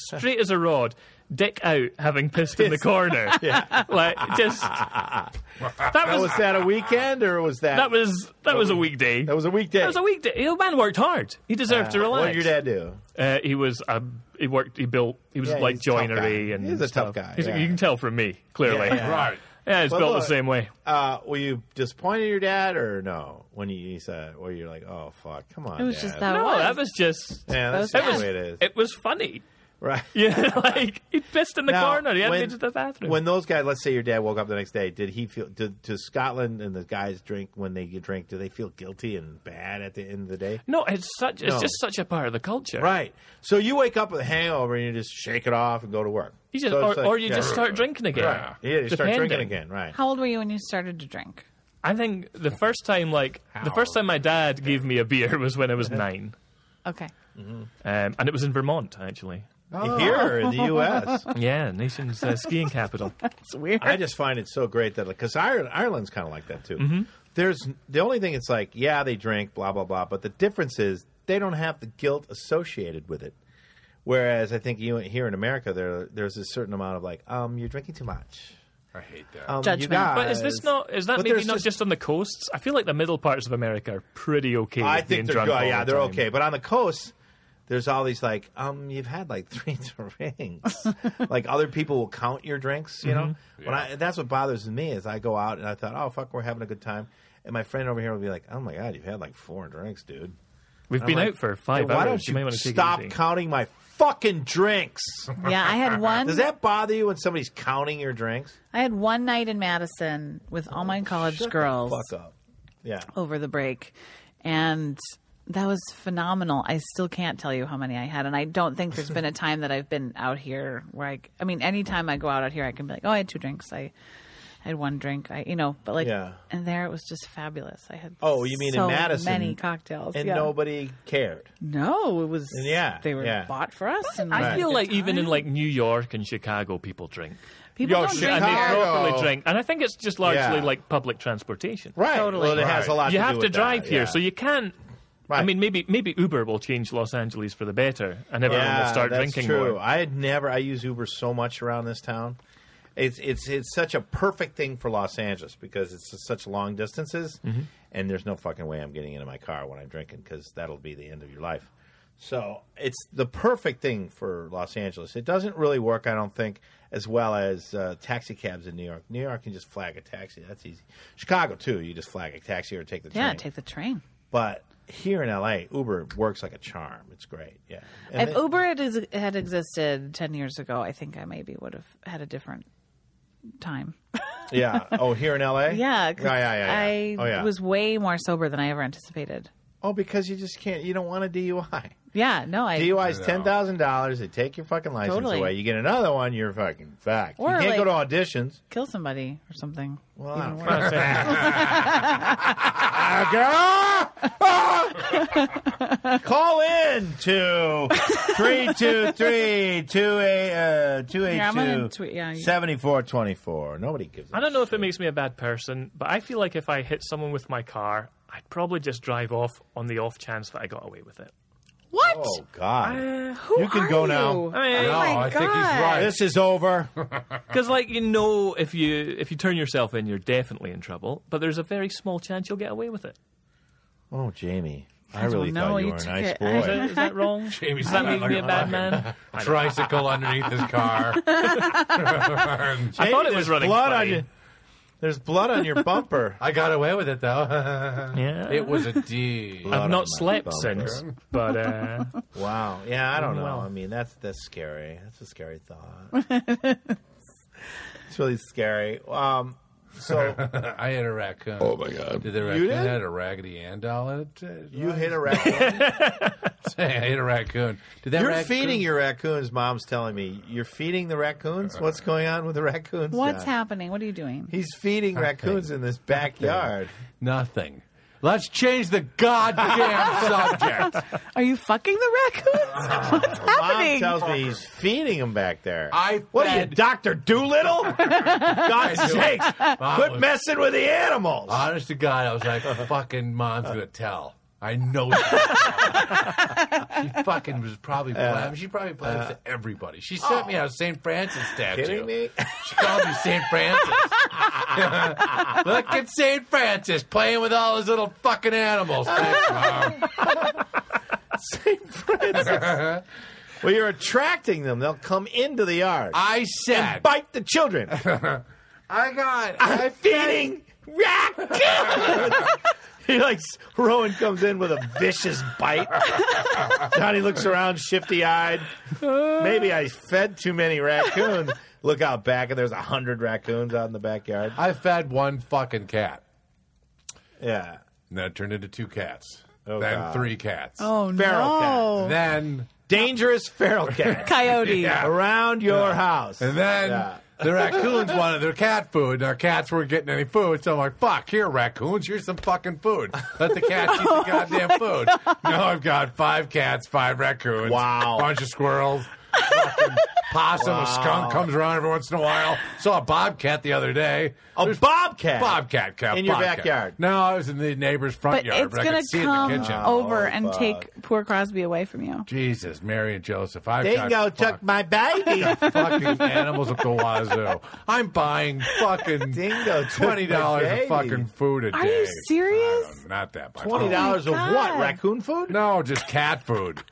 S3: straight as a rod, dick out, having pissed in the corner. yeah, like just that
S1: Now,
S3: was
S1: was that a weekend or was that
S3: that was that was a weekday.
S1: that was a weekday? Uh,
S3: That was a weekday. The man worked hard. He deserved to relax.
S1: What did your dad do?
S3: Uh, he was a, he worked. He built. He was
S1: Yeah,
S3: like
S1: he's a tough guy.
S3: joinery and
S1: He's a tough
S3: stuff.
S1: guy,
S3: He's-
S1: yeah.
S3: You can tell from me clearly.
S1: Yeah, yeah.
S4: Right.
S3: Yeah, it's
S1: But
S3: built
S1: look-
S3: the same way.
S1: Uh, were you disappointed in your dad or no? When you, he said, well, you're like, oh, fuck, come on.
S2: It was
S1: Dad."
S2: just that.
S3: No,
S2: was.
S3: that was just.
S1: Yeah, that's
S2: That
S1: just
S2: was-
S1: the way it is.
S3: It was funny.
S1: right.
S3: Yeah, like he pissed in the
S1: Now,
S3: corner. He had
S1: when-
S3: to go to the bathroom.
S1: When those guys, let's say your dad woke up the next day, did he feel, did, does Scotland and the guys drink when they drink, do they feel guilty and bad at the end of the day?
S3: no, it's such. It's
S1: No.
S3: just such a part of the culture.
S1: Right. So you wake up with a hangover and you just shake it off and go to work.
S3: You just,
S1: So
S3: or,
S1: it's like-
S3: or you
S1: yeah.
S3: just start drinking again.
S4: Yeah.
S1: Yeah, you start drinking
S3: Depending.
S1: again, right.
S2: How old were you when you started to drink?
S3: I think the first time, like the first time my dad gave me a beer was when I
S1: Uh-huh.
S3: was nine,
S2: Okay.
S3: um, and it was in Vermont actually.
S1: Here in the U.S.
S3: Yeah, nation's uh, skiing capital.
S2: That's weird.
S1: I just find it so great that because Ireland, Ireland's kind of like that too. There's the only thing it's like, yeah, they drink, blah blah blah, but the difference is they don't have the guilt associated with it. Whereas I think you here in America, there there's a certain amount of like, um, you're drinking too much.
S4: I hate that.
S1: Um, you
S2: Judgment.
S1: guys-
S3: But is this not? Is that
S1: But
S3: maybe
S1: there's
S3: not just, on the coasts? I feel like the middle parts of America are pretty okay.
S1: I
S3: with being
S1: think they're
S3: drunk
S1: good.
S3: all
S1: Yeah,
S3: the
S1: they're
S3: time.
S1: okay. But on the coast, there's all these like, um, you've had like three drinks. like other people will count your drinks. You know,
S3: Mm-hmm.
S1: when I that's what bothers me is I go out and I thought, oh fuck, we're having a good time, and my friend over here will be like, oh my god, you've had like four drinks, dude.
S3: We've
S1: And
S3: been
S1: I'm
S3: out
S1: like,
S3: for five
S1: "Why
S3: hours.
S1: don't you,
S3: may want to take
S1: stop
S3: it easy.
S1: counting my fucking drinks?
S2: yeah, I had one.
S1: Does that bother you when somebody's counting your drinks?
S2: I had one night in Madison with all my college
S1: Shut the
S2: girls
S1: fuck up. Yeah.
S2: over the break, and that was phenomenal. I still can't tell you how many I had, and I don't think there's been a time that I've been out here where I. I mean, anytime I go out out here, I can be like, "Oh, I had two drinks. I, I had one drink. I, you know." But like,
S1: Yeah.
S2: and there it was just fabulous. I had
S1: Oh, you mean in
S2: so
S1: Madison,
S2: many cocktails
S1: And
S2: yeah.
S1: nobody cared.
S2: No, it was
S1: yeah,
S2: they were
S1: yeah.
S2: bought for us. And
S3: I
S2: we
S3: feel
S2: had a
S3: like
S2: good
S3: even in
S2: time.
S3: like New York and Chicago, people drink.
S2: people
S1: Yo,
S2: don't
S1: shit,
S2: drink
S3: And they
S1: Oh, Chicago.
S2: hard.
S3: properly drink, and I think it's just largely
S1: Yeah.
S3: like public transportation.
S1: Right.
S2: Totally.
S1: Well, it has a
S4: Right.
S1: lot.
S3: You
S1: to do
S3: have to
S1: with that,
S3: drive here,
S1: yeah.
S3: so you can't. I
S1: Right.
S3: mean, maybe maybe Uber will change Los Angeles for the better, and everyone
S1: yeah,
S3: will start
S1: that's
S3: drinking
S1: true.
S3: more.
S1: I had never. I use Uber so much around this town. It's it's it's such a perfect thing for Los Angeles because it's such long distances,
S3: Mm-hmm.
S1: and there's no fucking way I'm getting into my car when I'm drinking because that'll be the end of your life. So it's the perfect thing for Los Angeles. It doesn't really work, I don't think, as well as uh, taxi cabs in New York. New York can just flag a taxi. That's easy. Chicago too. You just flag a taxi or take the
S2: Yeah,
S1: train.
S2: take the train.
S1: But here in LA, Uber works like a charm. It's great. Yeah. And
S2: if
S1: then-
S2: Uber had, is- had existed 10 years ago, I think I maybe would have had a different time.
S1: yeah. Oh, here in LA?
S2: Yeah, 'cause
S1: Yeah, yeah, yeah, yeah.
S2: I
S1: oh, yeah.
S2: was way more sober than I ever anticipated.
S1: Oh, because you just can't, you don't want a DUI.
S2: Yeah, no, I.
S1: DUI is
S4: No.
S1: $10,000. They take your fucking license
S2: Totally.
S1: away. You get another one, you're fucking fucked.
S2: Or,
S1: you can't go to
S2: like-
S1: auditions.
S2: Kill somebody or something.
S1: Well, I
S2: Even
S1: don't
S2: worse.
S1: fucking- Ah, girl! Ah! Call in to 323 uh,
S2: Yeah, I'm gonna tweet- yeah, you-
S1: 7424. Nobody gives a
S3: I don't know if it makes me a bad person, but I feel like if I hit someone with my car, I'd probably just drive off on the off chance that I got away with it.
S2: What?
S1: Oh God!
S2: Who
S1: you can
S2: are
S1: go
S2: you? Oh
S1: now.
S3: I
S4: no,
S3: mean,
S2: my
S4: I think he's
S2: God.
S4: right.
S1: This is over.
S3: Because like you know, if you if you turn yourself in, you're definitely in trouble. But there's a very small chance you'll get away with it.
S1: Oh, Jamie, I,
S2: don't
S1: really
S2: know,
S1: thought you,
S2: you
S1: were a
S2: took
S1: nice
S2: it.
S3: Is that,
S1: boy.
S3: is that wrong?
S4: Jamie's
S3: Does that
S4: not
S3: make
S4: like
S3: me a
S4: a
S3: bad
S4: liar.
S3: man?
S4: tricycle underneath his car.
S3: I thought it was
S1: There's
S3: running
S1: blood on
S3: funny.
S1: you. There's blood on your bumper.
S4: I got away with it though.
S3: Yeah.
S4: It was a D.
S1: Blood
S3: I've
S1: on my
S3: not slept
S1: bumper.
S3: since, but uh,
S1: Wow. Yeah, I don't know.
S3: Well.
S1: I mean, that's that's scary. That's a scary thought. it's really scary. Um, so
S4: I hit a raccoon. Oh my god! Did the raccoon
S1: did?
S4: had a Raggedy Ann doll in it?
S1: you hit a raccoon.
S4: I hit a raccoon. Did that
S1: You're
S4: raccoon-
S1: feeding your raccoons. Mom's telling me you're feeding the raccoons. What's going on with the raccoons?
S2: What's
S1: John?
S2: happening? What are you doing?
S1: He's feeding raccoons in this backyard.
S4: nothing. Let's change the goddamn subject.
S2: Are you fucking the raccoons? What's
S1: Mom
S2: happening?
S1: tells me he's feeding them back there.
S4: I
S1: what are you,
S4: fed-
S1: Doctor Doolittle? God's sakes! Quit
S4: was-
S1: messing with the animals.
S4: Honest to God, I was like, "Fucking mom's gonna tell." I know she, she fucking was probably plans. She probably plans to everybody. She sent me out a St. Francis statue.
S1: Oh. Kidding me?
S4: She called me St. Francis. Look at St. Francis playing with all his little fucking animals. Thanks, Mom.
S1: St. Francis. well, you're attracting them. They'll come into the yard.
S4: I said,
S1: Bite the children.
S4: I got, I
S1: Feeding raccoons. he likes Rowan comes in with a vicious bite. Johnny looks around, shifty eyed. Maybe I fed too many raccoons. Look out back, and there's a hundred raccoons out in the backyard.
S4: I fed one fucking cat.
S1: Yeah.
S4: And that turned into two cats.
S1: Oh,
S4: then
S1: God.
S4: three cats.
S2: Oh
S1: Feral
S2: no!
S4: Then,
S1: Dangerous feral cat
S2: Coyote.
S4: Yeah.
S1: around your house.
S4: and then
S1: Yeah.
S4: the raccoons wanted their cat food, and our cats weren't getting any food. So I'm like, fuck, here, raccoons, here's some fucking food. Let the cats eat the goddamn food. Now I've got five cats, five raccoons,
S1: Wow.
S4: bunch of squirrels, fucking possum, a skunk comes around every once in a while. Saw a bobcat the other day.
S1: a bobcat.
S4: Bobcat cat.
S1: In your
S4: bobcat.
S1: backyard.
S4: No, I was in the neighbor's front
S2: But
S4: yard,
S2: it's
S4: but I
S2: gonna
S4: could see it in
S2: come
S4: the kitchen.
S2: over
S1: Oh,
S2: and
S1: fuck.
S2: take poor Crosby away from you.
S4: Jesus, Mary and Joseph. I've
S1: Dingo
S4: got
S1: took my baby.
S4: fuck- fucking animals up the wazoo. I'm buying fucking
S1: Dingo took
S4: twenty dollars
S1: my
S4: of
S1: baby.
S4: fucking food a day.
S2: Are you serious?
S4: I don't- Not that much. Oh,
S1: Twenty dollars
S2: Oh
S1: of
S2: my
S1: what?
S2: God.
S1: Raccoon food?
S4: No, just cat food.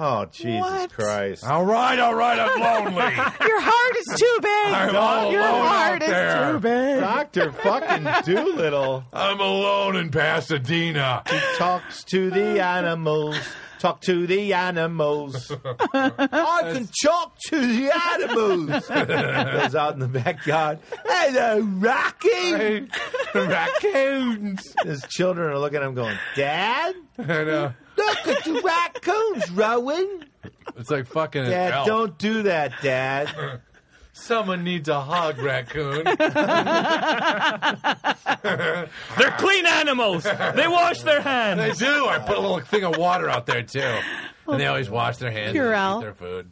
S1: Oh Jesus
S2: What?
S1: Christ!
S4: All right, all right, I'm lonely.
S2: Your heart is too big.
S4: I'm all
S2: Your
S4: alone
S2: heart
S4: out
S2: is
S4: there.
S2: too big.
S1: Doctor fucking Doolittle
S4: I'm alone in Pasadena.
S1: talks to the animals. Talk to the animals. I can talk to the animals. Goes out in the backyard. Hello, Rocky.
S4: Hey, raccoons.
S1: His children are looking at him, going, "Dad,
S4: And, uh,
S1: look at the raccoons, Rowan."
S4: it's like fucking an
S1: Dad,
S4: elf.
S1: don't do that, Dad.
S4: Someone needs a hug, raccoon.
S3: they're clean animals. They wash their
S4: They
S3: hands.
S4: do. I put a little thing of water out there too, and they always wash their hands and
S2: Purell.
S4: eat their food.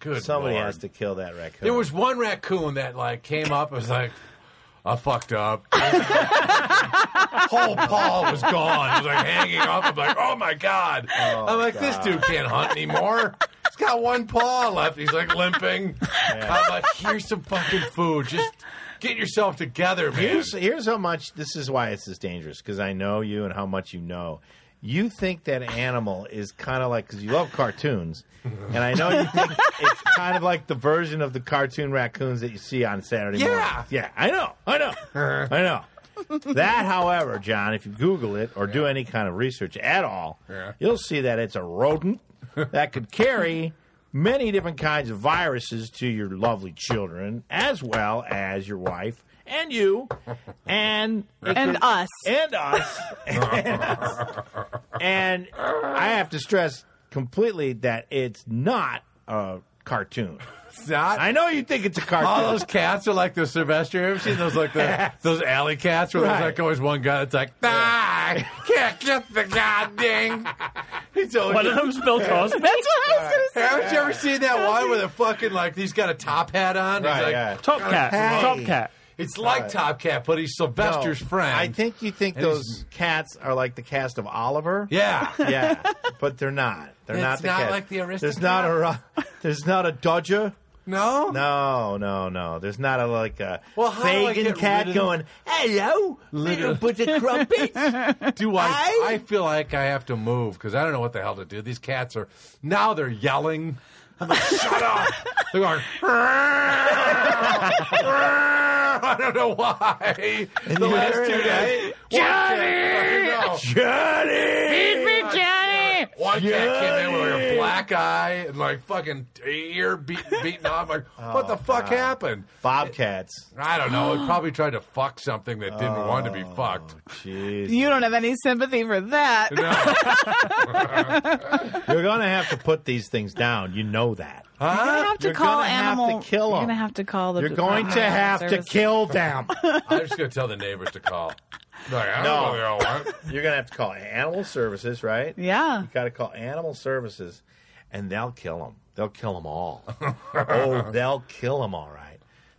S4: Good
S1: Somebody
S4: Lord.
S1: has to kill that raccoon.
S4: There was one raccoon that like came up and was like, "I fucked up." Whole paw was gone. It was like hanging off. I'm like, "Oh my god!"
S1: Oh,
S4: I'm like, "This dude can't hunt anymore." He's got one paw left. He's like limping. I'm like, "Here's some fucking food. Just get yourself together, man."
S1: Here's here's how much this is why it's is dangerous because I know you and how much you know. You think that animal is kind of like because you love cartoons, and I know you think it's kind of like the version of the cartoon raccoons that you see on Saturday
S4: Yeah.
S1: morning. Yeah, I know, I know, I know. That, however, John, if you Google it or do any kind of research at all,
S4: Yeah.
S1: you'll see that it's a rodent that could carry many different kinds of viruses to your lovely children, as well as your wife and you, and it
S2: And
S1: could-
S2: us.
S1: and us, and I have to stress completely that it's not a cartoon.
S4: It's not.
S1: I know you think it's a
S4: All
S1: cartoon.
S4: those cats are like the Sylvester. You ever seen those like the, those alley cats where
S1: Right.
S4: there's like always one guy that's like, ah, can't get the goddamn. He's always.
S3: One of them's Bill Cosby.
S2: That's what I was gonna say.
S4: Haven't you ever seen that one where the fucking like he's got a top hat on?
S1: Right,
S4: he's like,
S1: yeah.
S3: Top cat.
S1: Hey.
S3: Top cat.
S4: It's like Top Cat, but he's Sylvester's
S1: No,
S4: friend.
S1: I think you think
S4: And
S1: those cats are like the cast of Oliver.
S4: Yeah.
S1: yeah, but they're not. They're
S4: It's
S1: not the
S4: not
S1: cats.
S4: like the
S1: There's not a ro- there's not a Dodger.
S4: No.
S1: No, no, no. There's not a like a
S4: Well, how do I
S1: Fagin
S4: get
S1: cat
S4: rid of-
S1: going, "Hello, little bit of crumpets."
S4: Do I?
S1: I-
S4: I, feel like I have to move because I don't know what the hell to do. These cats are now they're yelling. I'm like, shut up! They're going. "Rrrr, rrrr." I don't know why. the
S1: you
S4: last
S1: heard
S4: two
S1: it,
S4: days,
S2: Johnny!
S4: One cat-
S1: Johnny.
S2: Big Johnny!
S4: I know. One cat came in with
S1: Johnny!
S4: a black eye and like fucking ear beat, beaten off. Like,
S1: Oh,
S4: what the fuck happened?
S1: Bobcats.
S4: I don't know. It probably tried to fuck something that didn't want to be
S1: Oh.
S4: fucked.
S1: Jeez.
S2: You don't have any sympathy for that.
S4: No.
S1: You're gonna have to put these things down. You know that.
S2: You're gonna have to
S1: You're
S2: call
S1: gonna have to
S2: animal.
S1: kill 'em.
S2: You're gonna have to call the.
S1: You're going to
S2: Department of
S1: have to
S2: Services.
S1: kill them.
S4: I'm just gonna tell the neighbors to call. Like, I don't
S1: No.
S4: know they all want.
S1: You're gonna have to call animal services, right?
S2: Yeah.
S1: You got to call animal services, and they'll kill them. They'll kill them all. oh, they'll kill them all right.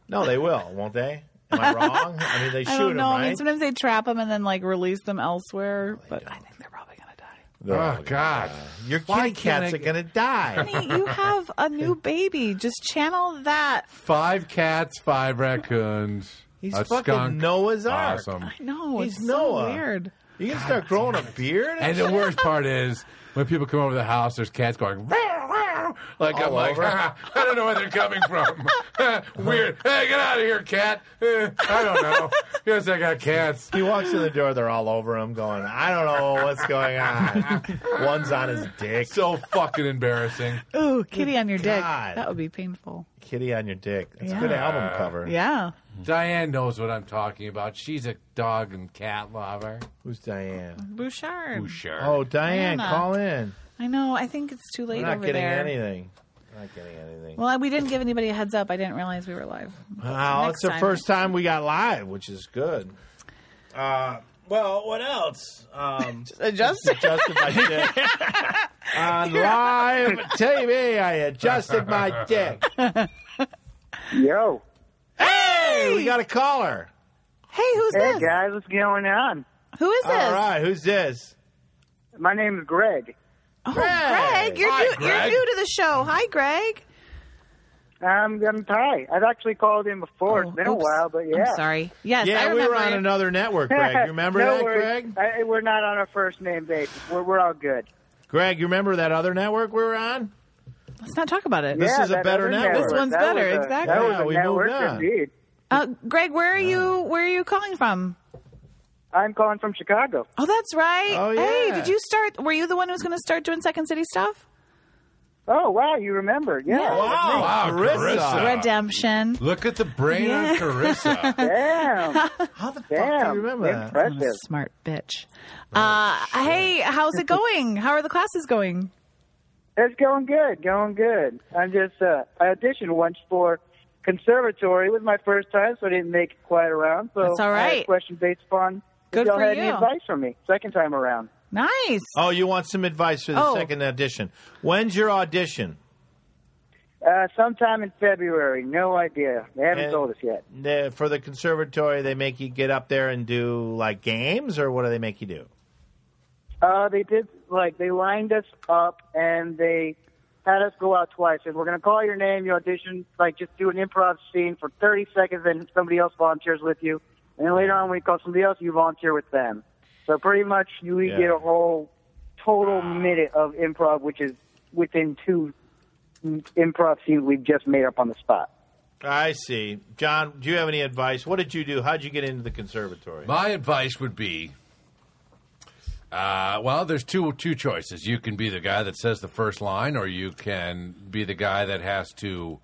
S1: No, they will, won't they? Am I wrong? I mean, they shoot
S2: I don't
S1: them,
S2: know.
S1: right?
S2: I mean, sometimes they trap them and then like release them elsewhere. but I think they're probably gonna die.
S1: They're all
S4: Oh
S1: gonna-
S4: God!
S1: Your
S4: Why
S1: kitty
S4: can't
S1: cats
S4: I
S1: are gonna die.
S2: Honey, you have a new baby. Just channel that.
S4: Five cats, five raccoons.
S1: He's
S4: a
S1: fucking
S4: skunk.
S1: Noah's Ark.
S4: Awesome.
S2: No,
S1: He's
S2: it's
S1: Noah.
S2: so weird.
S1: You can start growing a beard.
S4: And the worst part is when people come over the house, there's cats going. "Meow, meow." Like I'm
S1: All
S4: like,
S1: over.
S4: "Ah, I don't know where they're coming from. Weird. Hey, get out of here, cat. Eh, I don't know. Yes, I got cats.
S1: he walks in the door, they're all over him, going, "I don't know what's going on." One's on his dick,
S4: So fucking embarrassing.
S2: Ooh, kitty on your dick.
S1: God.
S2: That would be painful.
S1: kitty on your dick. It's a good
S2: Yeah.
S1: album cover.
S2: Yeah.
S4: Diane knows what I'm talking about. She's a dog and cat lover.
S1: Who's Diane?
S2: Bouchard.
S4: Sure.
S1: Oh, Diane,
S2: Mm-hmm. Diana.
S1: call in.
S2: I know. I think it's too late
S1: We're not
S2: over
S1: getting
S2: there.
S1: anything. We're not getting anything.
S2: Well, we didn't give anybody a heads up. I didn't realize we were live.
S1: Wow,
S2: Next
S1: it's the
S2: time.
S1: first time we got live, which is good. Uh, well, what else? Um,
S2: Adjusted.
S1: adjusted my dick on live TV. I adjusted my dick.
S5: Yo.
S1: Hey, we got a caller.
S2: Hey, who's
S5: Hey,
S2: this?
S5: guys, what's going on?
S2: Who is this?
S1: All right, who's this?
S5: My name's Greg.
S2: Oh, Greg,
S1: Greg.
S2: you're
S4: Hi,
S2: new. You're
S4: Greg.
S2: new to the show. Hi, Greg.
S5: Um, I'm Ty. I've actually called in before.
S2: Oh,
S5: it's been a
S2: oops.
S5: while, but yeah.
S2: I'm sorry. Yes, I
S1: Yeah, we
S2: remember.
S1: were on another network, Greg. You remember
S5: no
S1: that,
S5: worries.
S1: Greg?
S5: I, we're not on a first name basis. We're, we're all good.
S1: Greg, you remember that other network we were on?
S2: Let's not talk about it.
S1: This
S5: yeah,
S1: is a
S5: that
S1: better
S5: other
S1: network.
S2: This one's
S5: That
S2: better,
S5: was a-
S2: exactly.
S5: That was
S1: Yeah,
S5: a
S1: we moved
S5: network
S1: on.
S5: indeed.
S2: Uh, Greg, where are you? Where are you calling from?
S5: I'm calling from Chicago.
S2: Oh, that's right.
S1: Oh,
S2: Hey,
S1: yeah.
S2: did you start? Were you the one who was going to start doing Second City stuff?
S5: Oh wow, you remembered? Yeah.
S2: Yeah.
S4: Wow,
S1: Carissa.
S4: Carissa. Uh,
S2: Redemption.
S4: Look at the brain on Carissa.
S5: Damn.
S1: How the fuck do
S5: Damn.
S1: you remember that?
S2: I'm a
S5: Impressive.
S2: smart bitch.
S1: Oh,
S2: Uh, hey, how's it going? How are the classes going?
S5: It's going good, going good. I'm just uh, I auditioned once for conservatory. It was my first time, so I didn't make it quite around. So
S2: That's all
S5: I had a
S2: right.
S5: question based upon
S2: Good
S5: if y'all
S2: for
S5: had any
S2: you.
S5: advice for me second time around.
S2: Nice.
S1: Oh, you want some advice for the
S2: Oh.
S1: second audition? When's your audition?
S5: Uh, sometime in February. No idea. They haven't
S1: And-
S5: told us yet.
S1: the, for the conservatory, they make you get up there and do like games, or what do they make you do?
S5: Uh, they did like they lined us up and they had us go out twice. And we're gonna call your name, you audition, like just do an improv scene for 30 seconds, and somebody else volunteers with you. And then later on, when you call somebody else, you volunteer with them. So pretty much, you we
S1: Yeah.
S5: get a whole total minute of improv, which is within two mm, improv scenes we've just made up on the spot.
S1: I see. John, do you have any advice? What did you do? How'd you get into the conservatory?
S4: My advice would be, uh, well, there's two two choices. You can be the guy that says the first line, or you can be the guy that has to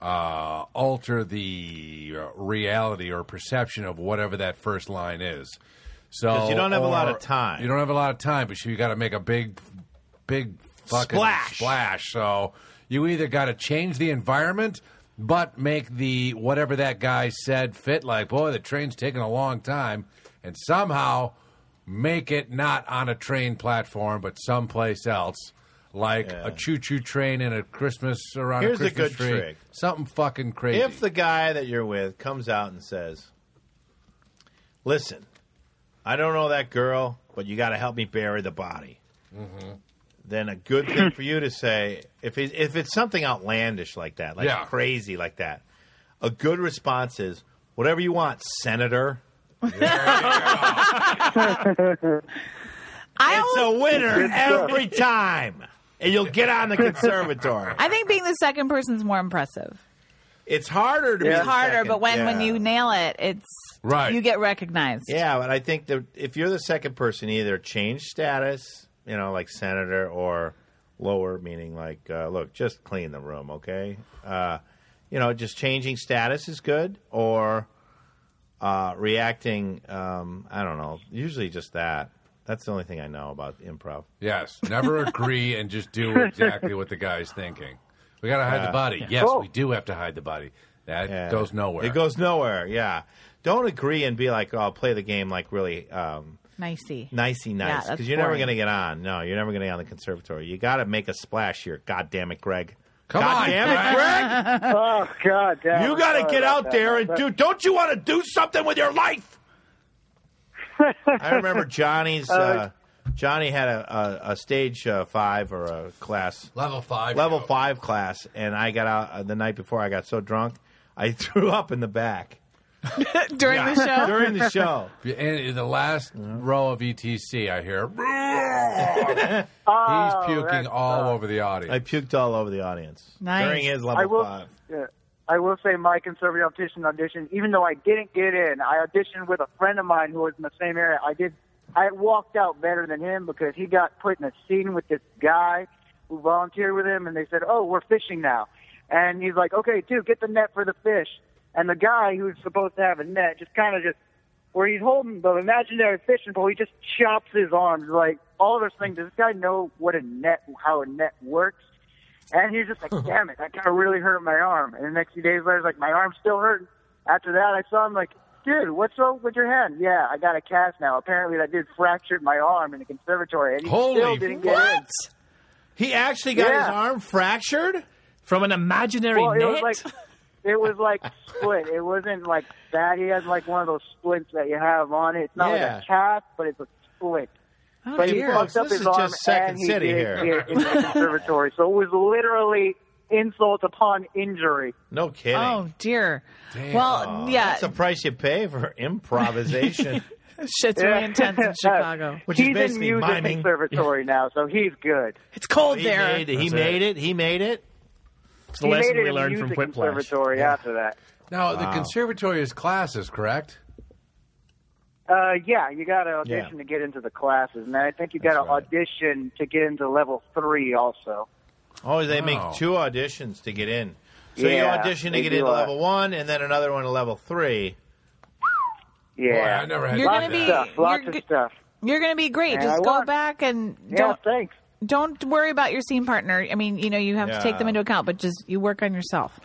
S4: uh, alter the uh, reality or perception of whatever that first line is. So
S1: 'Cause you don't have a lot
S4: or-
S1: of time.
S4: You don't have a lot of time, but you got to make a big, big fucking
S1: Splash.
S4: splash. So you either got to change the environment, but make the whatever that guy said fit. Like, boy, the train's taking a long time, and somehow make it not on a train platform, but someplace else. like
S1: Yeah.
S4: a choo-choo train and a Christmas around
S1: Here's a
S4: a Christmas
S1: good
S4: tree.
S1: trick.
S4: Something fucking crazy.
S1: If the guy that you're with comes out and says, "Listen, I don't know that girl, but you got to help me bury the body," then a good thing for you to say, if it, if it's something outlandish like that, like
S4: Yeah.
S1: crazy like that, a good response is, "Whatever you want, Senator."
S2: I
S1: It's a
S2: always,
S1: winner every time. And you'll get on the conservatory.
S2: I think being the second person's more impressive.
S1: It's harder to be
S2: It's
S1: the
S2: harder,
S1: second.
S2: but when when
S1: Yeah.
S2: you nail it, it's
S4: Right.
S2: You get recognized.
S1: Yeah, but I think that if you're the second person, either change status, you know, like senator, or lower, meaning like, uh, look, just clean the room, okay? Uh, you know, just changing status is good, or uh, reacting. Um, I don't know. Usually, just that. That's the only thing I know about improv.
S4: yes, never agree and just do exactly what the guy's thinking. We gotta hide the body. Yes,
S5: Cool.
S4: we do have to hide the body. That
S1: Yeah.
S4: goes nowhere.
S1: It goes nowhere. Yeah. Don't agree and be like, "Oh, play the game like really." Um,
S2: Nicey.
S1: nicey
S2: Yeah,
S1: nice
S2: that's
S1: because you're never
S2: boring.
S1: going to get on. No, you're never going to get on the conservatory. You got to make a splash here. God damn it, Greg.
S4: Come
S1: God
S4: on,
S1: damn it, Greg.
S5: Oh God, damn.
S1: You got
S5: Sorry
S1: to get
S5: about
S1: out
S5: that.
S1: there and do. Don't you want to do something with your life? I remember Johnny's. Uh, Johnny had a, a, a stage uh, five or a class
S4: level five.
S1: level
S4: yo.
S1: five class, and I got out uh, the night before. I got so drunk, I threw up in the back
S2: During the show,
S1: during the show.
S4: And in the last row of ETC, I hear he's
S5: Oh,
S4: puking
S5: that's-
S4: all over the audience.
S1: I puked all over the audience
S2: Nice.
S1: during his level
S5: I will.
S1: five.
S5: Yeah, I will say my conservative audition audition. Even though I didn't get in, I auditioned with a friend of mine who was in the same area. I did. I walked out better than him because he got put in a scene with this guy who volunteered with him, and they said, "Oh, we're fishing now," and he's like, "Okay, dude, get the net for the fish." And the guy who's supposed to have a net just kind of just where he's holding the imaginary fishing pole, he just chops his arms like all those things. Does this guy know what a net, how a net works? And he's just like, damn it, that guy really hurt my arm. And the next few days later, he's like, my arm's still hurting. After that, I saw him like, dude, what's up with your hand? Yeah, I got a cast now. Apparently, that dude fractured my arm in the conservatory, and he
S4: Holy
S5: still didn't get in.
S2: what?
S1: He actually got his
S5: Yeah.
S1: arm fractured.
S3: From an imaginary
S5: Well, it
S3: net?
S5: was like it was like split. It wasn't like that. He had like one of those splits that you have on it. It's not
S1: Yeah.
S5: like a cast, but it's a split.
S2: Oh
S5: But he
S1: dear.
S2: dear.
S1: folks,
S5: fucked up
S1: this
S5: his
S1: is
S5: arm
S1: just Second
S5: and he
S1: City
S5: did
S1: here.
S5: get in the conservatory. So it was literally insult upon injury.
S1: No kidding. Oh,
S2: Oh dear. Well, yeah,
S1: That's the price you pay for improvisation.
S2: shit's really intense in Chicago.
S1: Which is
S5: he's in
S1: basically
S5: music
S1: miming.
S5: conservatory now, so he's good.
S2: It's cold
S1: he
S2: there.
S1: made it. He
S3: That's
S1: made it. He made it.
S3: it's the
S5: he
S3: lesson
S5: made it
S3: we
S5: in
S3: learned
S5: music
S3: from Whiplash.
S5: conservatory after that.
S4: Now the conservatory is classes, correct?
S5: Uh, yeah, you got to audition
S1: Yeah.
S5: to get into the classes, and I think you got to
S1: That's right.
S5: audition to get into level three also.
S1: Oh, they make
S4: Wow.
S1: two auditions to get in. So
S5: Yeah,
S1: you audition to
S5: they
S1: get
S5: do
S1: into
S5: a-
S1: level one, and then another one to level three.
S5: Yeah,
S4: Boy, I never had
S2: You're
S4: to
S2: gonna
S5: lots of
S4: do that.
S2: be-
S5: stuff, lots
S2: you're
S5: of
S2: g-
S5: stuff.
S2: You're gonna be great.
S5: And I
S2: Just go
S5: won.
S2: back and
S5: Yeah,
S2: don't
S5: thanks.
S2: don't worry about your scene partner. I mean, you know, you have to take them
S1: Yeah.
S2: into account, but just you work on yourself.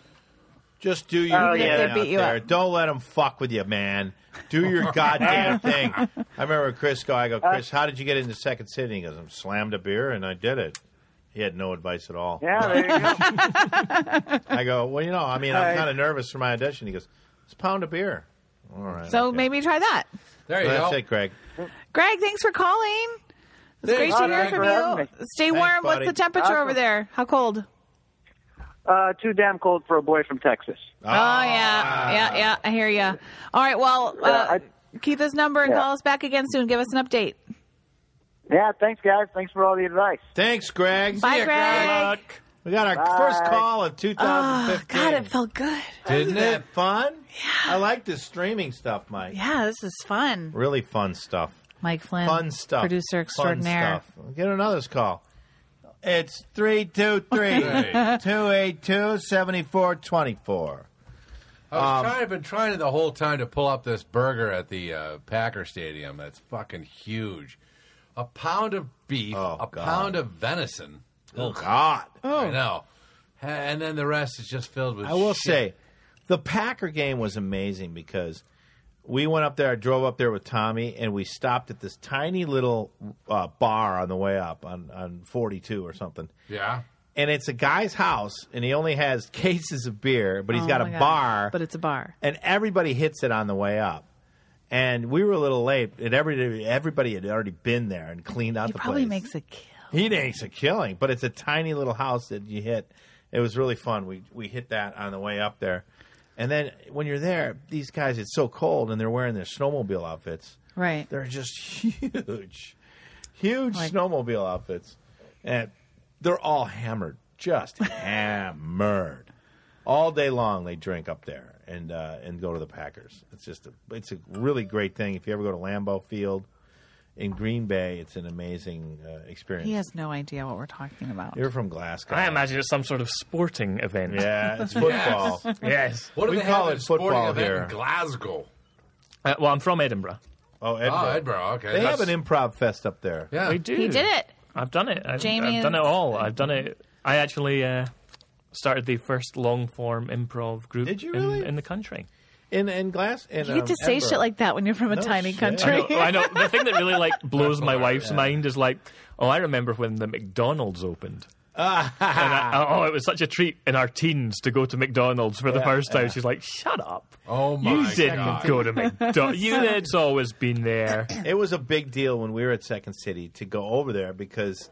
S1: Just do your
S5: Oh,
S1: thing
S5: yeah. They
S1: out
S2: beat you
S1: there.
S2: up.
S1: Don't let them fuck with you, man. Do your goddamn thing. I remember Chris go. I go, Chris, how did you get into Second City? He goes, I slammed a beer and I did it. He had no advice at all.
S5: Yeah, there you go.
S1: I go, well, you know, I mean, I'm
S5: Hi.
S1: kind of nervous for my audition. He goes, it's a pound of beer. All right.
S2: So
S1: okay.
S2: maybe try that.
S4: There you
S1: That's
S4: go.
S1: it, Greg.
S2: Greg, thanks for calling. It's great to
S5: Hi,
S2: hear
S5: thanks
S2: from
S5: for having
S2: you.
S5: me.
S2: Stay
S1: Thanks,
S2: warm.
S1: buddy.
S2: What's the temperature over
S5: Awesome.
S2: there? How cold?
S5: Uh, too damn cold for a boy from Texas.
S2: Oh,
S1: Ah.
S2: yeah, yeah, yeah. I hear ya. All right. Well, uh,
S5: Yeah,
S2: keep this number and
S5: yeah.
S2: call us back again soon. Give us an update.
S5: Yeah, thanks guys. Thanks for all the advice.
S1: Thanks, Greg.
S2: Bye, Greg.
S1: We got our
S5: Bye.
S1: first call of
S2: Oh,
S1: 2015.
S2: God, it felt good.
S1: Isn't
S4: Didn't it?
S1: that fun? I like this streaming stuff, Mike.
S2: Yeah, this is fun.
S1: Really fun stuff.
S2: Mike Flynn,
S1: Fun stuff.
S2: producer
S1: Fun
S2: extraordinaire.
S1: stuff. Get another call. It's 323
S4: Hey.
S1: 282 7424.
S4: I was trying, I've been trying the whole time to pull up this burger at the uh, Packer Stadium. That's fucking huge. A pound of beef,
S1: Oh,
S4: a
S1: God.
S4: pound of venison.
S1: Oh, God.
S4: I know. Ha- And then the rest is just filled with
S1: I will
S4: shit.
S1: say, the Packer game was amazing because we went up there. I drove up there with Tommy, and we stopped at this tiny little uh, bar on the way up on on 42 or something.
S4: Yeah.
S1: And it's a guy's house, and he only has cases of beer, but he's
S2: Oh
S1: got
S2: my
S1: a
S2: God.
S1: bar.
S2: But it's a bar.
S1: and everybody hits it on the way up. And we were a little late, and everybody everybody had already been there and cleaned out
S2: He
S1: the
S2: probably
S1: place.
S2: makes a kill.
S1: He makes a killing, but it's a tiny little house that you hit. It was really fun. We we hit that on the way up there, and then when you're there, these guys it's so cold and they're wearing their snowmobile outfits.
S2: Right.
S1: They're just huge, huge
S2: Like-
S1: snowmobile outfits, and they're all hammered, just hammered, all day long. They drink up there and uh, and go to the Packers. It's just a, it's a really great thing. If you ever go to Lambeau Field in Green Bay, it's an amazing uh, experience.
S2: He has no idea what we're talking about.
S1: You're from Glasgow.
S3: I imagine it's some sort of sporting event.
S1: Yeah, it's football.
S3: Oh, Yes.
S4: What do
S1: We
S4: they
S1: call
S4: have
S1: it
S4: in sporting
S1: football
S4: event
S1: here.
S4: in Glasgow?
S3: Uh, well, I'm from Edinburgh.
S1: Oh, Edinburgh.
S4: Oh, Edinburgh. Okay.
S1: They
S4: That's-
S1: have an improv fest up there.
S4: Yeah.
S3: We do.
S2: he did it.
S3: I've done it. I've,
S2: Jamie
S3: I've done it
S2: is-
S3: all. I've done it. I actually uh, started the first long form improv group
S1: Did you
S3: in-
S1: really?
S3: in, the country.
S1: In in glass. In,
S2: You get to
S1: um,
S2: say
S1: Edinburgh.
S2: shit like that when you're from a
S1: No
S2: tiny
S1: shit.
S2: country.
S3: I know, I know. The thing that really like blows my wife's mind is like, oh, I remember when the McDonald's opened. and I, oh, it was such a treat in our teens to go to McDonald's for the
S1: Yeah,
S3: first time. She's like, "Shut up!
S4: Oh my
S3: you didn't
S4: God.
S3: go to McDonald's. you it's always been there."
S1: it was a big deal when we were at Second City to go over there because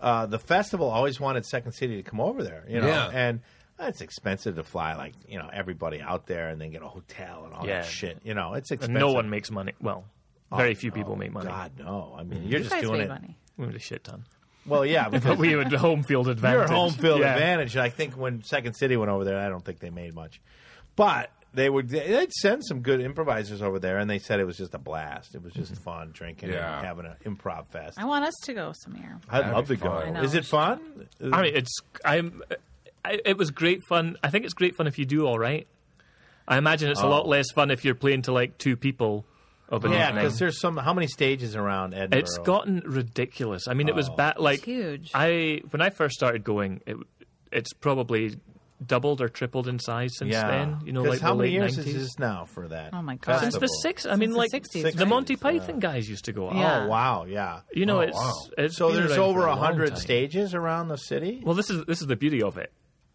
S1: uh, the festival always wanted Second City to come over there, you know,
S4: Yeah.
S1: and uh, it's expensive to fly like you know everybody out there and then get a hotel and all
S3: Yeah.
S1: that shit. You know, it's
S3: And
S1: expensive.
S3: no one makes money. Well, very few people
S1: Oh,
S3: make money.
S1: God no, I mean you're
S2: Mm-hmm. You
S1: just
S2: guys
S1: doing
S2: made
S1: it.
S2: money.
S3: We had a shit ton.
S1: Well, yeah, because
S3: But we had home field advantage.
S1: Your home field
S3: Yeah.
S1: advantage. And I think when Second City went over there, I don't think they made much, but they would they'd send some good improvisers over there, and they said it was just a blast. It was
S3: Mm-hmm.
S1: just fun drinking
S4: Yeah.
S1: and having an improv fest.
S2: I want us to go some year.
S1: I'd
S4: That'd
S1: love
S4: be
S1: to go.
S4: fun. I
S2: know.
S1: Is it fun?
S3: I mean, it's I'm. I, it was great fun. I think it's great fun if you do all right. I imagine it's a lot less fun if you're playing to like two people of an
S1: Oh. yeah,
S3: evening.
S1: because there's some. How many stages around Edinburgh?
S3: It's gotten ridiculous. I mean, it was
S1: Oh.
S3: bad. Like
S2: huge.
S3: I when I first started going, it, it's probably doubled or tripled in size since
S1: yeah.
S3: then. You know,
S1: 'Cause
S3: like
S1: how
S3: the
S1: many
S3: late
S1: years
S3: 90s.
S1: is this now for that?
S2: Oh, my God.
S3: Since the
S1: festival?
S3: six, I mean,
S2: the
S3: like
S2: 60s,
S3: the
S2: right?
S3: Monty Python guys used to go out.
S2: Yeah.
S1: Oh wow, yeah.
S3: You know,
S4: Oh,
S3: it's,
S4: wow.
S3: it's
S1: So
S3: been
S1: there's
S3: around
S1: over
S3: for a
S1: a
S3: long
S1: hundred
S3: time.
S1: stages around the city.
S3: Well, this is this is the beauty of it.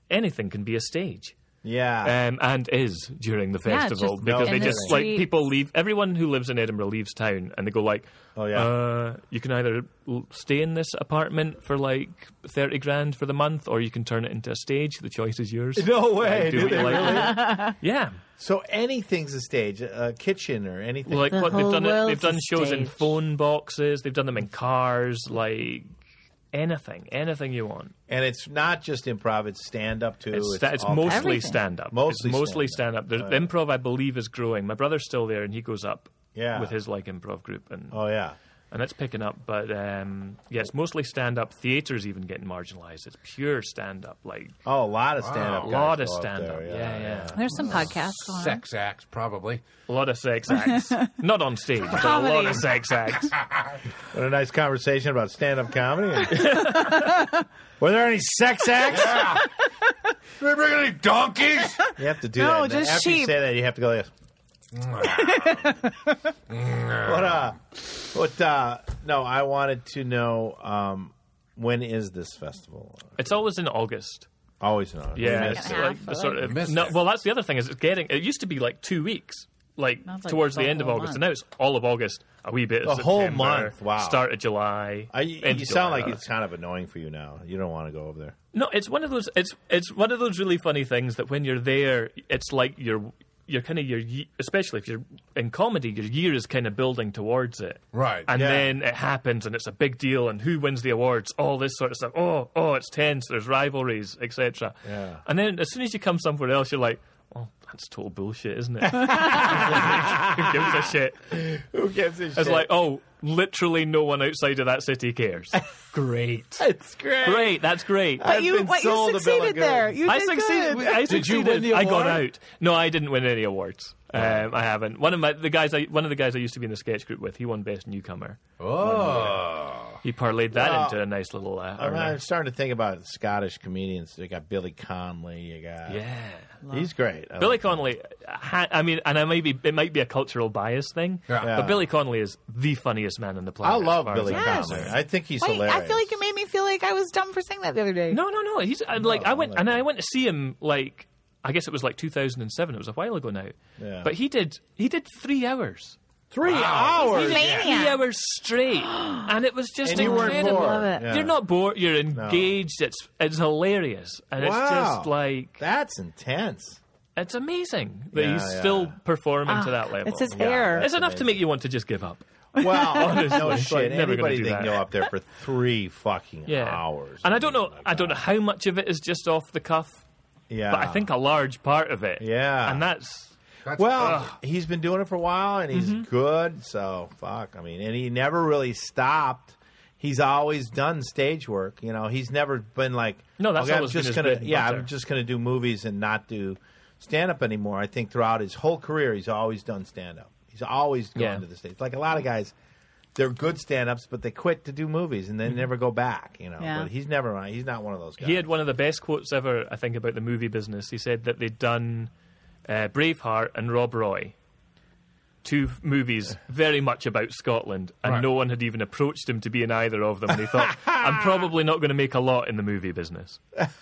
S3: Anything can be a stage.
S1: yeah,
S3: um, and is during the
S2: Ah. Yeah, it's
S3: festival
S2: just
S3: because
S1: in
S3: they
S1: the
S3: just like
S2: streets.
S3: people leave. Everyone who lives in Edinburgh leaves town, and they go like,
S1: Oh, yeah.
S3: uh, you can either l- stay in this apartment for like thirty grand for the month, or you can turn it into a stage. The choice is yours.
S1: no way.
S3: Like, do
S1: do
S3: what you
S1: they
S3: like.
S1: really?
S3: Yeah,
S1: So anything's a stage, a kitchen or anything.
S3: like
S2: The
S3: what they've
S2: whole
S3: done. It,
S2: world's
S3: they've
S2: a
S3: done shows in
S2: stage.
S3: phone boxes. They've done them in cars. Like anything, anything you want.
S1: and it's not just improv; it's stand up too.
S3: It's, sta- it's
S1: all
S3: mostly
S1: kinds of-
S2: Everything.
S3: stand up.
S1: Mostly
S3: it's mostly stand
S1: stand-up. Oh,
S3: up. The improv, I believe, is growing. My brother's still there, and he goes up
S1: Yeah.
S3: with his like improv group, and
S1: Oh yeah.
S3: and that's picking up. But um, yeah, it's mostly stand up. Theatre's even getting marginalized. It's pure stand up. Like
S1: Oh, a lot of stand up.
S3: a lot of stand up. Yeah, yeah,
S2: There's some podcasts going on.
S4: Sex acts, probably.
S3: A lot of sex acts. Not on stage, but a lot
S2: Comedy.
S3: of sex acts.
S1: What a nice conversation about stand up comedy. Were there any sex acts?
S4: Did they bring any donkeys?
S1: You have to do
S2: No,
S1: that. and then
S2: just
S1: after you
S2: sheep.
S1: say that, you have to go like, this. what, uh, what, uh, no, I wanted to know, um, when is this festival?
S3: It's always in August.
S1: Always not.
S3: Yeah,
S1: We
S3: it's
S1: missed it.
S2: Second
S3: like
S2: half,
S3: the sort
S2: like-
S3: of
S4: Missed
S3: no.
S4: it.
S3: Well, that's the other thing is it's getting. It used to be like two weeks, like
S2: Now it's like
S3: towards
S2: the
S3: the end of
S2: whole
S3: August,
S2: month.
S3: and now it's all of August, a wee bit of
S1: The whole
S3: September,
S1: month, wow.
S3: start of July.
S1: I, you
S3: end of
S1: sound
S3: July.
S1: like it's kind of annoying for you now. You don't want to go over there.
S3: no. It's one of those. It's it's one of those really funny things that when you're there, it's like you're you're kind of your ye- especially if you're in comedy, your year is kind of building towards it,
S4: Right.
S3: And
S1: Yeah.
S3: then it happens, and it's a big deal, and who wins the awards, all this sort of stuff. Oh, oh, it's tense. There's rivalries, etc.
S1: Yeah.
S3: And then as soon as you come somewhere else, you're like, oh, that's total bullshit, isn't it? who gives a shit?
S1: Who gives a shit?
S3: It's like, oh, literally no one outside of that city cares. great,
S1: it's great.
S3: great, that's great.
S2: But
S1: I've
S2: you,
S1: been
S2: what,
S1: sold
S2: you
S1: a bill of
S2: succeeded
S1: goods.
S2: there. You did
S3: I succeeded.
S2: good.
S3: I
S4: Did you
S3: succeeded.
S4: win the
S3: I got
S4: award?
S3: out. No, I didn't win any awards. Um, I haven't. One of my the guys. I, one of the guys I used to be in the sketch group with. He won best newcomer.
S4: Oh.
S3: He parlayed that
S1: Well,
S3: into a nice little. Uh,
S1: I'm,
S3: earner.
S1: I'm starting to think about Scottish comedians. You got Billy Conley. You got
S3: yeah.
S1: he's great. I
S3: Billy
S1: like him.
S3: Connolly, ha- I mean, and I may be, it might be a cultural bias thing,
S4: Yeah.
S1: Yeah.
S3: but Billy Connolly is the funniest man on the
S1: I
S3: planet.
S1: love
S3: as far as
S1: Billy
S3: I'm
S2: Yes.
S1: Conley. I think he's
S2: Wait,
S1: hilarious.
S2: I feel like you made me feel like I was dumb for saying that the other day.
S3: No, no, no. He's I, like
S1: I
S3: I went
S1: like
S3: and
S1: him.
S3: I went to see him like I guess it was like 2007. It was a while ago now.
S1: Yeah.
S3: But he did he did three hours,
S1: three
S2: He's
S1: hours.
S2: a maniac.
S3: three hours straight, and it was just
S1: And you weren't
S3: incredible.
S1: bored.
S2: Love it.
S1: Yeah.
S3: You're not bored. You're engaged. It's it's hilarious, and it's just
S1: Wow.
S3: like
S1: That's intense.
S3: it's amazing that
S1: Yeah,
S3: he's
S1: yeah.
S3: still performing to that level.
S2: It's his
S1: Yeah,
S2: hair.
S1: that's-
S3: It's enough to make you want to just give up.
S1: Wow, no
S3: it's like
S1: shit.
S3: never gonna
S1: Anybody
S3: do
S1: that can
S3: that.
S1: go up there for three fucking
S3: Yeah,
S1: hours.
S3: And I don't know.
S1: mean,
S3: I don't know how much of it is just off the cuff,
S1: uh, Yeah,
S3: but I think a large part of it.
S1: Yeah.
S3: and that's
S4: That's-
S1: Well, he's been doing it for a while and he's
S3: Mm-hmm.
S1: good. So fuck. I mean, and he never really stopped. He's always done stage work. You know, he's never been like,
S3: No, that's
S1: okay, I'm
S3: always been
S1: just
S3: his
S1: gonna,
S3: bread and
S1: yeah,
S3: butter.
S1: I'm just gonna do movies and not do stand up anymore. I think throughout his whole career, he's always done stand up. He's always gone
S3: Yeah.
S1: to the stage. Like a lot of guys, they're good stand ups, but they quit to do movies and they never go back. You know,
S2: Yeah.
S1: but he's never. He's not one of those guys.
S3: Mm-hmm. He had one of the best quotes ever, I think, about the movie business. He said that they'd done uh, Braveheart and Rob Roy, two f- movies very much about Scotland, and
S4: Right.
S3: no one had even approached him to be in either of them. And he thought, I'm probably not going to make a lot in the movie business,
S1: That's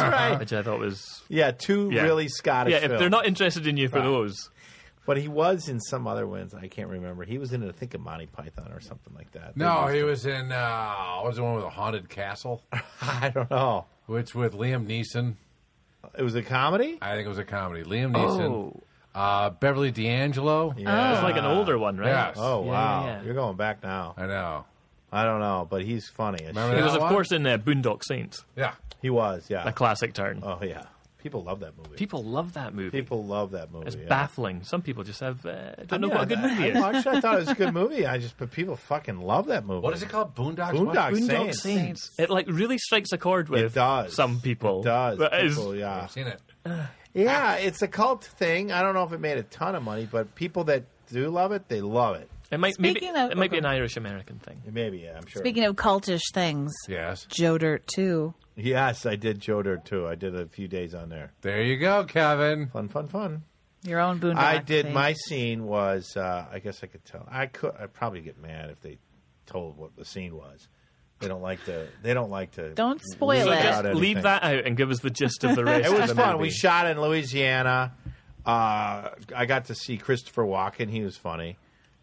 S1: right.
S3: which I thought was.
S1: Yeah, two
S3: Yeah.
S1: really Scottish.
S3: yeah, if they're
S1: films.
S3: not interested in you for
S1: Right.
S3: those.
S1: But he was in some other ones. I can't remember. He was in, I think, a Monty Python or something like that.
S4: no, he was in. Uh, what was the one with the haunted castle?
S1: I don't know.
S4: Which with Liam Neeson.
S1: Oh, It was a comedy.
S4: I think it was a comedy. Liam Neeson,
S1: Oh.
S4: uh, Beverly D'Angelo.
S1: Yeah.
S3: It's like an older one, right?
S4: Yes.
S1: Oh
S3: Yeah,
S1: wow,
S3: yeah.
S1: you're going back now.
S4: I know.
S1: I don't know, but he's funny. As
S4: Remember
S1: shit.
S3: He was,
S4: That
S3: of
S4: one?
S3: course, in uh, Boondock Saints,
S4: Yeah.
S1: He was, yeah.
S3: a classic turn.
S1: oh yeah, people love that movie.
S3: People love that movie.
S1: People love that movie.
S3: it's
S1: yeah.
S3: baffling. Some people just have, uh, don't know
S1: Yeah,
S3: what a good
S1: I-
S3: movie
S1: I,
S3: is.
S1: watched it. I thought it was a good movie. I just, but people fucking love that movie.
S4: What is it called? Boondocks.
S1: Boondock
S4: What?
S1: Saints.
S2: Saints.
S3: It like really strikes a chord with
S1: It does.
S3: some people.
S1: It does.
S3: But it's-
S1: People, yeah.
S4: I've seen it.
S1: Yeah, it's a cult thing. I don't know if it made a ton of money, but people that do love it, they love it.
S3: It might maybe,
S2: Speaking of-
S3: it might be an Irish American thing.
S1: Maybe, yeah, I'm sure.
S2: Speaking of cultish things,
S4: Yes.
S2: Joe Dirt too.
S1: Yes, I did Joe Dirt too. I did a few days on there.
S4: There you go, Kevin.
S1: Fun, fun, fun.
S2: Your own boondock.
S1: I did.
S2: thing.
S1: My scene was. Uh, I guess I could tell. I could. I'd probably get mad if they told what the scene was. They don't like to. They don't like to.
S2: Don't spoil
S1: leave
S2: it.
S1: out anything.
S3: Leave that out and give us the gist of the rest.
S1: It
S3: of
S1: was
S3: the
S1: fun.
S3: Movie.
S1: We shot in Louisiana. Uh, I got to see Christopher Walken. He was funny.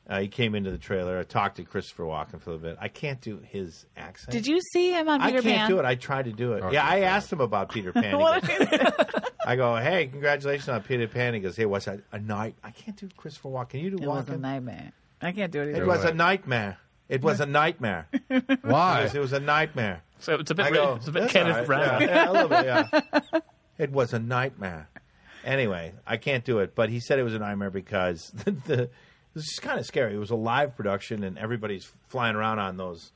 S1: Uh, he came into the trailer. I talked to Christopher Walken for a little bit. I can't do his accent.
S2: Did you see him on
S1: I
S2: Peter
S1: can't
S2: Pan?
S1: do it. I tried to do it.
S3: Oh,
S4: Okay,
S1: yeah, I
S4: fine.
S1: asked him about Peter Pan. He
S2: What
S1: goes- I go, hey, congratulations on Peter Pan. He goes, hey, what's that? A night? I can't do Christopher Walken. Can you do
S2: It was a
S1: Walken?
S2: nightmare. I can't do it
S1: It
S2: either.
S1: was a
S4: Right.
S1: nightmare. It was a nightmare. It
S4: Why?
S1: was- it was a nightmare.
S3: So it's a
S1: I
S3: bit.
S1: go,
S3: it's a bit
S1: "That's
S3: Kenneth
S1: all right."
S3: Branagh.
S1: Yeah, yeah, a little bit, yeah. It was a nightmare. Anyway, I can't do it, but he said it was a nightmare because the, the it was just kind of scary. It was a live production, and everybody's flying around on those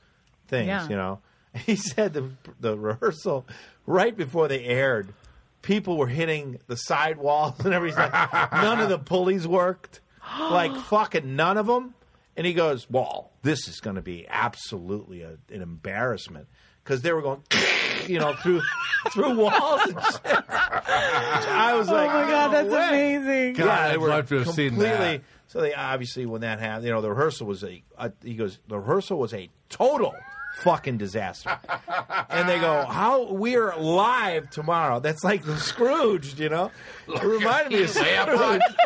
S1: things,
S2: Yeah.
S1: you know. He said the the rehearsal right before they aired, people were hitting the side walls and everything. He's like, none of the pulleys worked, like fucking none of them. And he goes, "Well, this is going to be absolutely a, an embarrassment because they were going, you know, through through walls and shit." I was like,
S2: Oh my god, that's
S1: "No way."
S2: amazing.
S4: God, I'd love to have seen that.
S1: completely- So they obviously, when that happened, you know, the rehearsal was a. a he goes, the rehearsal was a total fucking disaster. and they go, how we're live tomorrow. That's like the Scrooge, you know. It reminded me of Scrooge.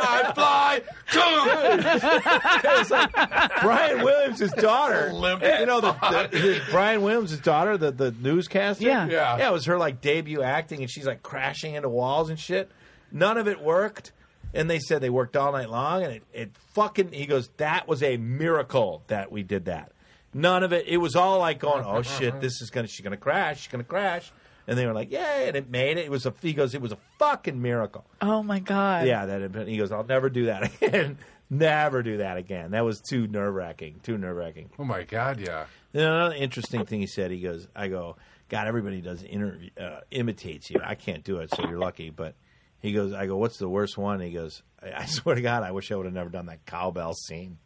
S4: I fly to
S1: It's like Brian Williams' daughter.
S4: Olympic
S1: You know, the, the, the- Brian Williams' daughter, the, the newscaster.
S2: Yeah.
S4: Yeah.
S1: Yeah, it was her like debut acting, and she's like crashing into walls and shit. None of it worked. And they said they worked all night long, and it, it fucking, he goes, that was a miracle that we did that. None of it, it was all like going, oh shit, this is gonna, she's gonna crash, she's gonna crash. And they were like, yay, and it made it. It was a, he goes, it was a fucking miracle.
S2: Oh my god.
S1: Yeah, that had been, he goes, I'll never do that again. never do that again. That was too nerve wracking. Too nerve wracking.
S4: Oh my God! Yeah.
S1: Then another interesting thing he said, he goes, I go, God, everybody does inter- uh, imitates you. I can't do it, so you're lucky. But he goes, I go, what's the worst one? He goes, I, I swear to God, I wish I would have never done that cowbell scene.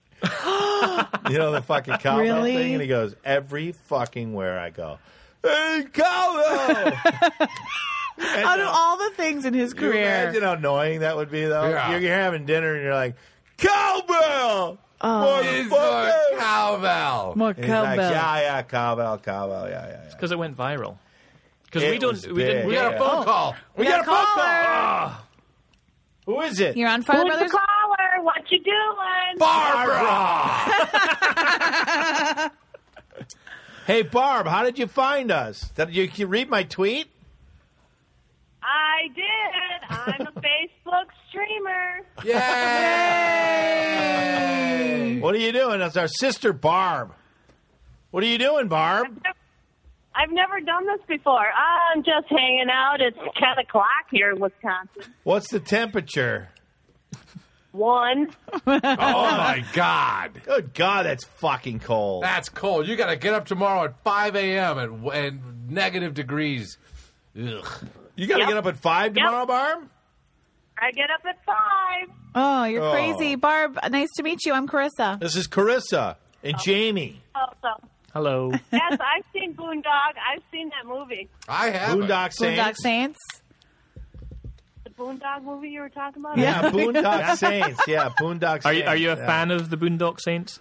S1: You know the fucking cowbell
S2: Really?
S1: thing, and he goes every fucking where I go. Hey, cowbell!
S2: Out of all the things in his
S1: Can you
S2: career,
S1: imagine how annoying that would be, though.
S4: Yeah.
S1: You're, you're having dinner and you're like,
S2: Oh.
S1: cowbell,
S4: It's
S1: motherfucker.
S4: the cowbell.
S2: more
S1: And he's like,
S2: cowbell.
S1: yeah, yeah, cowbell, cowbell, yeah, yeah. yeah.
S3: because it went viral. Because
S1: It
S3: we don't,
S1: was
S3: we didn't,
S1: big.
S4: we got a
S1: Yeah.
S4: phone call.
S1: We
S2: got a caller.
S1: Ah. Who is it?
S2: You're on Fire
S6: Who's the
S2: Brothers.
S6: caller? What you doing?
S1: Barbara. hey, Barb, how did you find us? Did you, you read my tweet?
S6: I did. I'm a Facebook streamer.
S4: Yay!
S1: What are you doing? That's our sister, Barb. What are you doing, Barb?
S6: I've never done this before. I'm just hanging out. It's 10 o'clock here in Wisconsin.
S1: What's the temperature?
S6: One.
S4: oh my God.
S1: Good God, that's fucking cold.
S4: That's cold. You got to get up tomorrow at 5 a.m. and, and negative degrees. Ugh.
S1: You got to
S6: Yep.
S1: get up at five
S6: Yep.
S1: tomorrow, Barb.
S6: I get up at 5.
S2: Oh, you're
S1: Oh.
S2: crazy, Barb. Nice to meet you. I'm Carissa.
S1: This is Carissa
S6: Oh.
S1: and Jamie.
S6: Also,
S3: hello.
S6: yes, I've seen Boondog. I've seen that movie.
S4: I have. it.
S1: Boondock Saints.
S2: Boondock Saints.
S6: The Boondog movie you were talking about?
S1: Yeah, Boondock Saints. Yeah, Boondock Saints.
S3: Are you are you a
S1: yeah.
S3: fan of the Boondock Saints?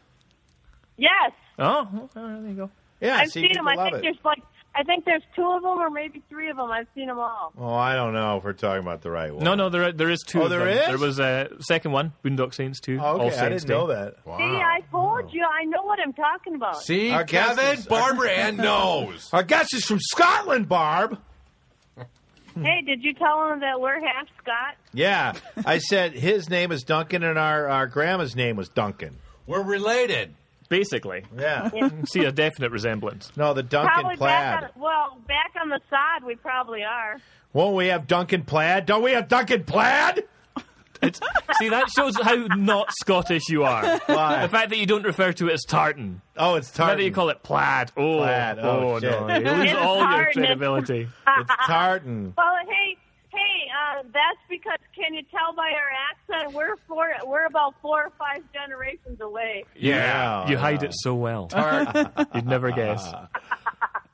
S6: Yes.
S3: Oh, well, there you go.
S1: Yeah,
S6: I've
S1: see,
S6: seen them.
S1: people
S6: I
S1: love
S6: think
S1: it.
S6: there's like, I think there's two of them or maybe three of them. I've seen them all.
S1: Oh, I don't know if we're talking about the right one.
S3: No, no, there are- there is two.
S1: Oh,
S3: of
S1: there
S3: them.
S1: is?
S3: There was a second one, Boondock Saints two.
S1: Oh,
S3: All
S1: okay,
S3: Saints
S1: I didn't
S3: Day.
S1: know that.
S4: Wow.
S6: See, I told you. I know what I'm talking about.
S4: See,
S1: Our guest
S4: Kevin,
S1: is-
S4: Barbara Ann knows.
S1: Our guest is from Scotland, Barb.
S6: Hey, did you tell them that we're half Scott?
S1: Yeah, I said his name is Duncan, and our, our grandma's name was Duncan.
S4: We're related.
S3: Basically,
S1: Yeah,
S3: You see a definite resemblance.
S1: no, the Duncan
S6: Probably
S1: plaid.
S6: back on, well, back on the side, we probably are.
S1: Won't we have Duncan plaid? Don't we have Duncan plaid?
S3: It's, see, that shows how not Scottish you are.
S1: Why?
S3: The fact that you don't refer to it as tartan.
S1: Oh, it's
S3: The
S1: tartan.
S3: fact that you call it plaid. Oh,
S1: Plaid. Oh, shit.
S3: no, you lose
S6: It's
S3: all your
S6: tartan.
S3: credibility.
S1: it's tartan.
S6: Well, hey, hey, uh, that's because can you tell by our accent we're four, we're about four or five generations away.
S1: Yeah,
S3: you
S1: I
S3: hide
S1: know.
S3: it so well.
S4: Our-
S3: You'd never guess.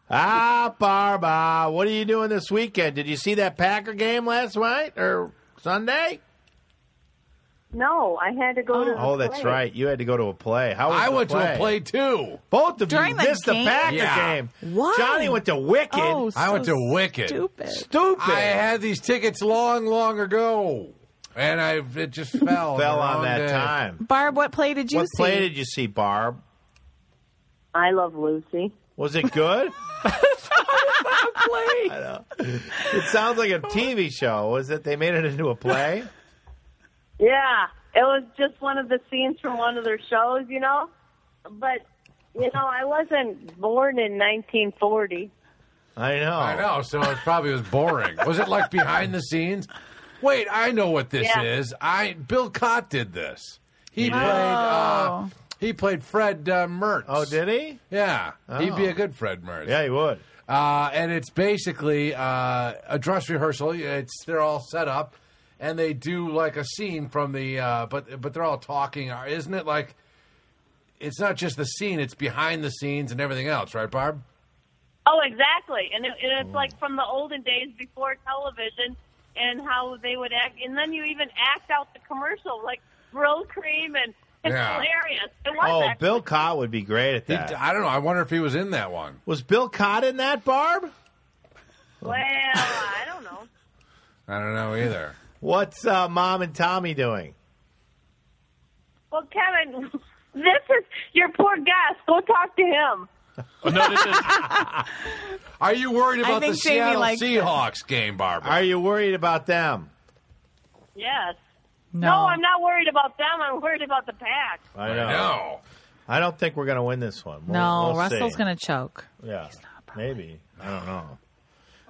S1: Ah, Barba, what are you doing this weekend? Did you see that Packer game last night or Sunday?
S6: No, I had to go to.
S1: Oh, that's right. You had to go to a play. How was
S4: I
S1: the
S4: went to a play too.
S1: Both of
S2: During
S1: you
S2: the
S1: missed
S2: game?
S1: the Packer
S4: Yeah.
S1: game.
S2: Why?
S1: Johnny went to Wicked.
S2: Oh,
S4: I went
S2: so
S4: to Wicked.
S2: Stupid.
S1: Stupid.
S4: I had these tickets long, long ago, and I it just
S1: Fell
S4: fell the
S1: on
S4: wrong
S1: that
S4: day.
S1: time.
S2: Barb, what play did you
S1: what
S2: see?
S1: play did you see, Barb?
S6: I love Lucy.
S1: Was it good? I know. It sounds like a TV show. Was it? They made it into a play.
S6: Yeah, it was just one of the scenes from one of their shows, you know. But you know, I wasn't born in 1940.
S1: I know.
S4: I know, so it probably was boring. was it like behind the scenes? Wait, I know what this
S6: Yeah.
S4: is. I Bill Cott did this. He played. Uh, he played Fred uh, Mertz.
S1: Oh, did he?
S4: Yeah, he'd be
S1: Oh.
S4: a good Fred Mertz.
S1: Yeah, he would.
S4: uh, and it's basically uh, a dress rehearsal. It's they're all set up, and they do like a scene from the. Uh, but but they're all talking. Uh, Isn't it like? It's not just the scene; it's behind the scenes and everything else, right, Barb?
S6: Oh, exactly. And, it, and it's like from the olden days before television and how they would act. And then you even act out the commercial, like Brill Cream, and it's
S4: Yeah.
S6: hilarious. It was
S1: Oh,
S6: actually-
S1: Bill Cott would be great at
S4: He,
S1: that.
S4: I don't know. I wonder if he was in that one.
S1: was Bill Cott in that, Barb?
S6: Well, I don't know.
S4: I don't know either.
S1: What's uh, Mom and Tommy doing?
S6: Well, Kevin, this is your poor guest. Go talk to him.
S3: Oh, no, this is
S4: Are you worried about the
S2: think Jamie
S4: Seattle
S2: likes it.
S4: Seahawks game, Barbara?
S1: Are you worried about them?
S6: Yes.
S2: No,
S6: No. I'm not worried about them. I'm worried about the pack.
S1: I
S4: I
S1: know.
S4: know.
S1: I don't think we're going to win this one. We'll-
S2: No,
S1: we'll
S2: Russell's
S1: see.
S2: gonna choke.
S1: Yeah, maybe. I don't know.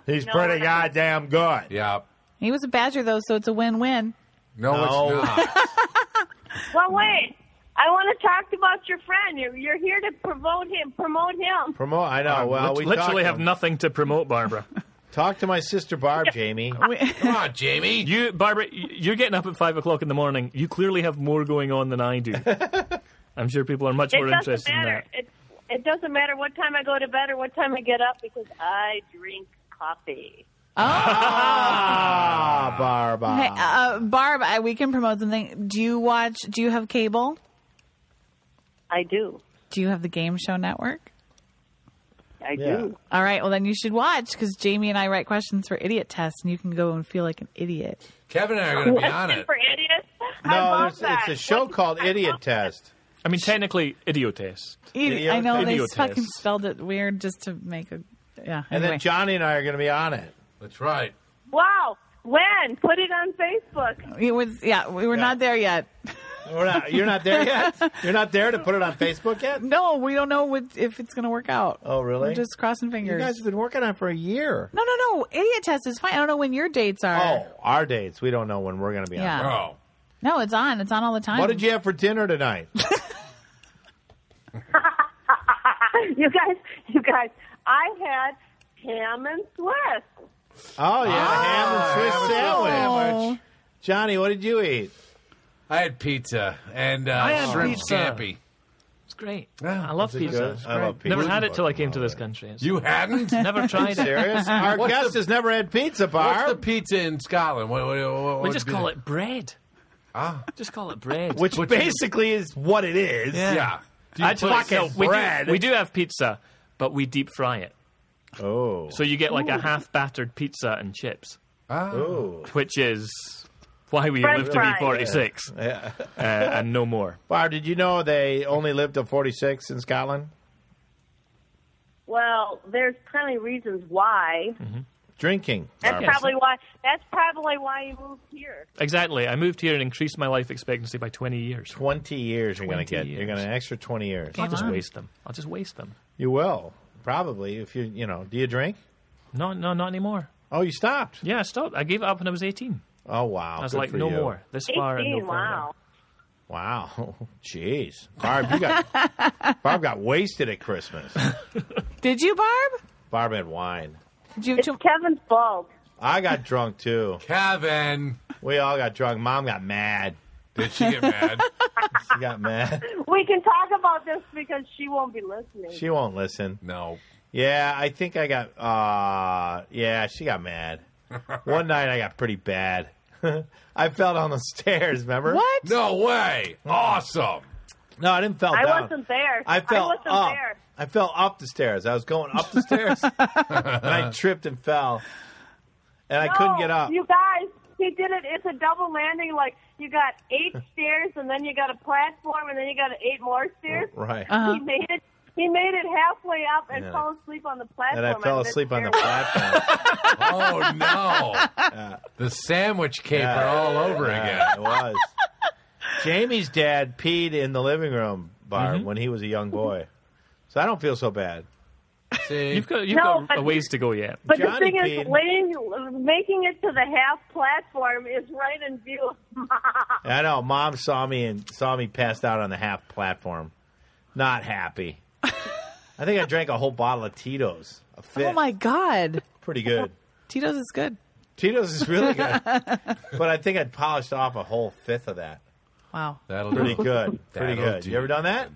S1: He's
S6: No,
S1: pretty
S6: we're not-
S1: goddamn good.
S4: Yeah.
S2: He was a Badger though, so it's a win-win.
S4: No,
S1: No.
S4: it's not.
S6: Well, wait. I want to talk about your friend. You're, you're here to promote him. Promote him.
S1: Promote. I know. well,
S3: Um, lit-
S1: we
S3: literally
S1: talked
S3: have
S1: to,
S3: nothing to promote, Barbara.
S1: Talk to my sister Barb, Jamie.
S4: Come on, Jamie.
S3: You, Barbara, y- you're getting up at five o'clock in the morning. You clearly have more going on than I do. I'm sure people are much more
S6: it doesn't
S3: interested in
S6: matter.
S3: that.
S6: It, it doesn't matter what time I go to bed or what time I get up because I drink coffee.
S1: Ah, Barba.
S2: Hey, uh, Barb, I, we can promote something. Do you watch? Do you have cable?
S6: I do.
S2: Do you have the game show network?
S6: I
S1: Yeah.
S6: do.
S2: All right, well then you should watch because Jamie and I write questions for idiot tests, and you can go and feel like an idiot.
S4: Kevin and I are going to be on
S6: Question
S4: it.
S6: for idiots. I
S1: no,
S6: love
S1: it's,
S6: that.
S1: it's a show
S6: What-
S1: called
S6: I
S1: Idiot
S6: love that.
S1: Test.
S3: I mean, technically, idiotess.
S2: Idi- I know they
S3: Idiot
S2: fucking
S3: test.
S2: spelled it weird just to make a yeah.
S1: And
S2: anyway.
S1: then Johnny and I are going to be on it.
S4: That's right.
S6: Wow. When? Put it on Facebook.
S2: It was yeah, we were
S1: Yeah.
S2: not there yet.
S1: We're not, you're not there yet? You're not there to put it on Facebook yet?
S2: No, we don't know what, if it's going to work out.
S1: Oh, really?
S2: We're just crossing
S1: You
S2: fingers.
S1: guys have been working on it for a year.
S2: no, no, no. Idiot test is fine. I don't know when your dates are.
S1: Oh, our dates. We don't know when we're going to be on.
S2: Yeah.
S4: Oh.
S2: No, it's on. It's on all the time.
S1: What did you have for dinner tonight?
S6: You guys, you guys, I had ham and Swiss.
S1: Oh, yeah, ham and Swiss
S4: ham and Swiss
S1: sandwich.
S4: sandwich.
S1: Johnny, what did you eat?
S4: I had pizza and uh,
S3: had
S4: shrimp
S3: pizza.
S4: scampi.
S3: It's great.
S4: Yeah,
S3: I love
S4: it's
S3: pizza.
S1: good.
S3: It's
S1: I
S3: great.
S1: love pizza.
S3: Never had it till I came to this country. It's-
S4: You hadn't?
S3: never tried it.
S1: Serious? Our
S4: What's
S1: guest has never had pizza,
S4: What's the
S1: Barb.
S4: pizza in Scotland? What, what, what,
S3: We
S4: what-
S3: just call it bread.
S4: Ah.
S3: Just call it bread.
S1: Which basically is what it is.
S4: Yeah. Do you
S3: Actually,
S4: put-
S1: fucking
S3: we,
S1: bread.
S3: Do, we do have pizza, but we deep fry it.
S1: Oh.
S3: So you get like a half battered pizza and chips,
S4: Ah.
S1: Ooh.
S3: which is why we
S6: French
S3: live to
S6: fries.
S3: be 46 uh, and no more.
S1: Barb, did you know they only lived to 46 in Scotland?
S6: Well, there's plenty of reasons why.
S3: Mm-hmm.
S1: Drinking.
S6: That's
S1: Barb.
S6: probably why. That's probably why you moved here.
S3: Exactly. I moved here and increased my life expectancy by 20 years.
S1: 20 years you're going to get.
S3: 20
S1: You're
S3: years.
S1: going to an extra 20 years.
S3: I'll just
S2: on.
S3: waste them. I'll just waste them.
S1: You will. Probably if you, you know, do you drink?
S3: No, no, not anymore.
S1: Oh, you stopped.
S3: Yeah, I stopped. I gave it up when I was 18.
S1: Oh, wow.
S3: I was
S1: Good
S3: like,
S1: for
S3: no
S1: you.
S3: more. This far and no
S6: 18,
S3: further.
S6: wow.
S1: Wow. Jeez. Barb, you got Barb got wasted at Christmas.
S2: Did you, Barb?
S1: Barb had wine.
S2: Did you?
S6: It's Kevin's fault.
S1: I got drunk too.
S4: Kevin.
S1: We all got drunk. Mom got mad.
S4: Did she get mad?
S1: She got mad.
S6: We can talk about this because she won't be listening.
S1: She won't listen.
S4: no.
S1: Yeah, I think I got uh yeah, she got mad. One night I got pretty bad. I fell down the stairs, remember?
S2: what?
S4: No way. Awesome.
S1: No, I didn't fell
S6: I
S1: down.
S6: wasn't there.
S1: I fell
S6: wasn't
S1: up.
S6: there.
S1: I fell up the stairs. I was going up the stairs, and I tripped and fell, and I couldn't
S6: No,
S1: get up.
S6: You guys, he did it. It's a double landing. Like you got eight stairs, and then you got a platform, and then you got eight more stairs.
S1: Right.
S6: He made it. He made it halfway up and
S1: Yeah.
S6: fell asleep on the platform.
S1: And I fell
S6: missed
S1: asleep on the
S6: stairs.
S1: platform.
S4: Oh, no. The sandwich caper
S1: Yeah.
S4: all over
S1: Yeah,
S4: again.
S1: it was. Jamie's dad peed in the living room bar when he was a young boy, so I don't feel so bad.
S4: See?
S3: You've got, you've
S6: No,
S3: got a
S6: but-
S3: ways to go yet.
S6: But
S1: Johnny
S6: the thing
S1: peed.
S6: is, laying, making it to the half platform is right in view.
S1: And I know. Mom saw me and saw me passed out on the half platform, not happy. I think I drank a whole bottle of Tito's. A fifth.
S2: Oh my God!
S1: Pretty good.
S2: Tito's is good.
S1: Tito's is really good. but I think I'd polished off a whole fifth of that.
S2: Wow.
S4: That'll
S1: Pretty
S4: do.
S1: good. Pretty
S4: That'll
S1: good.
S4: do.
S1: You ever done that?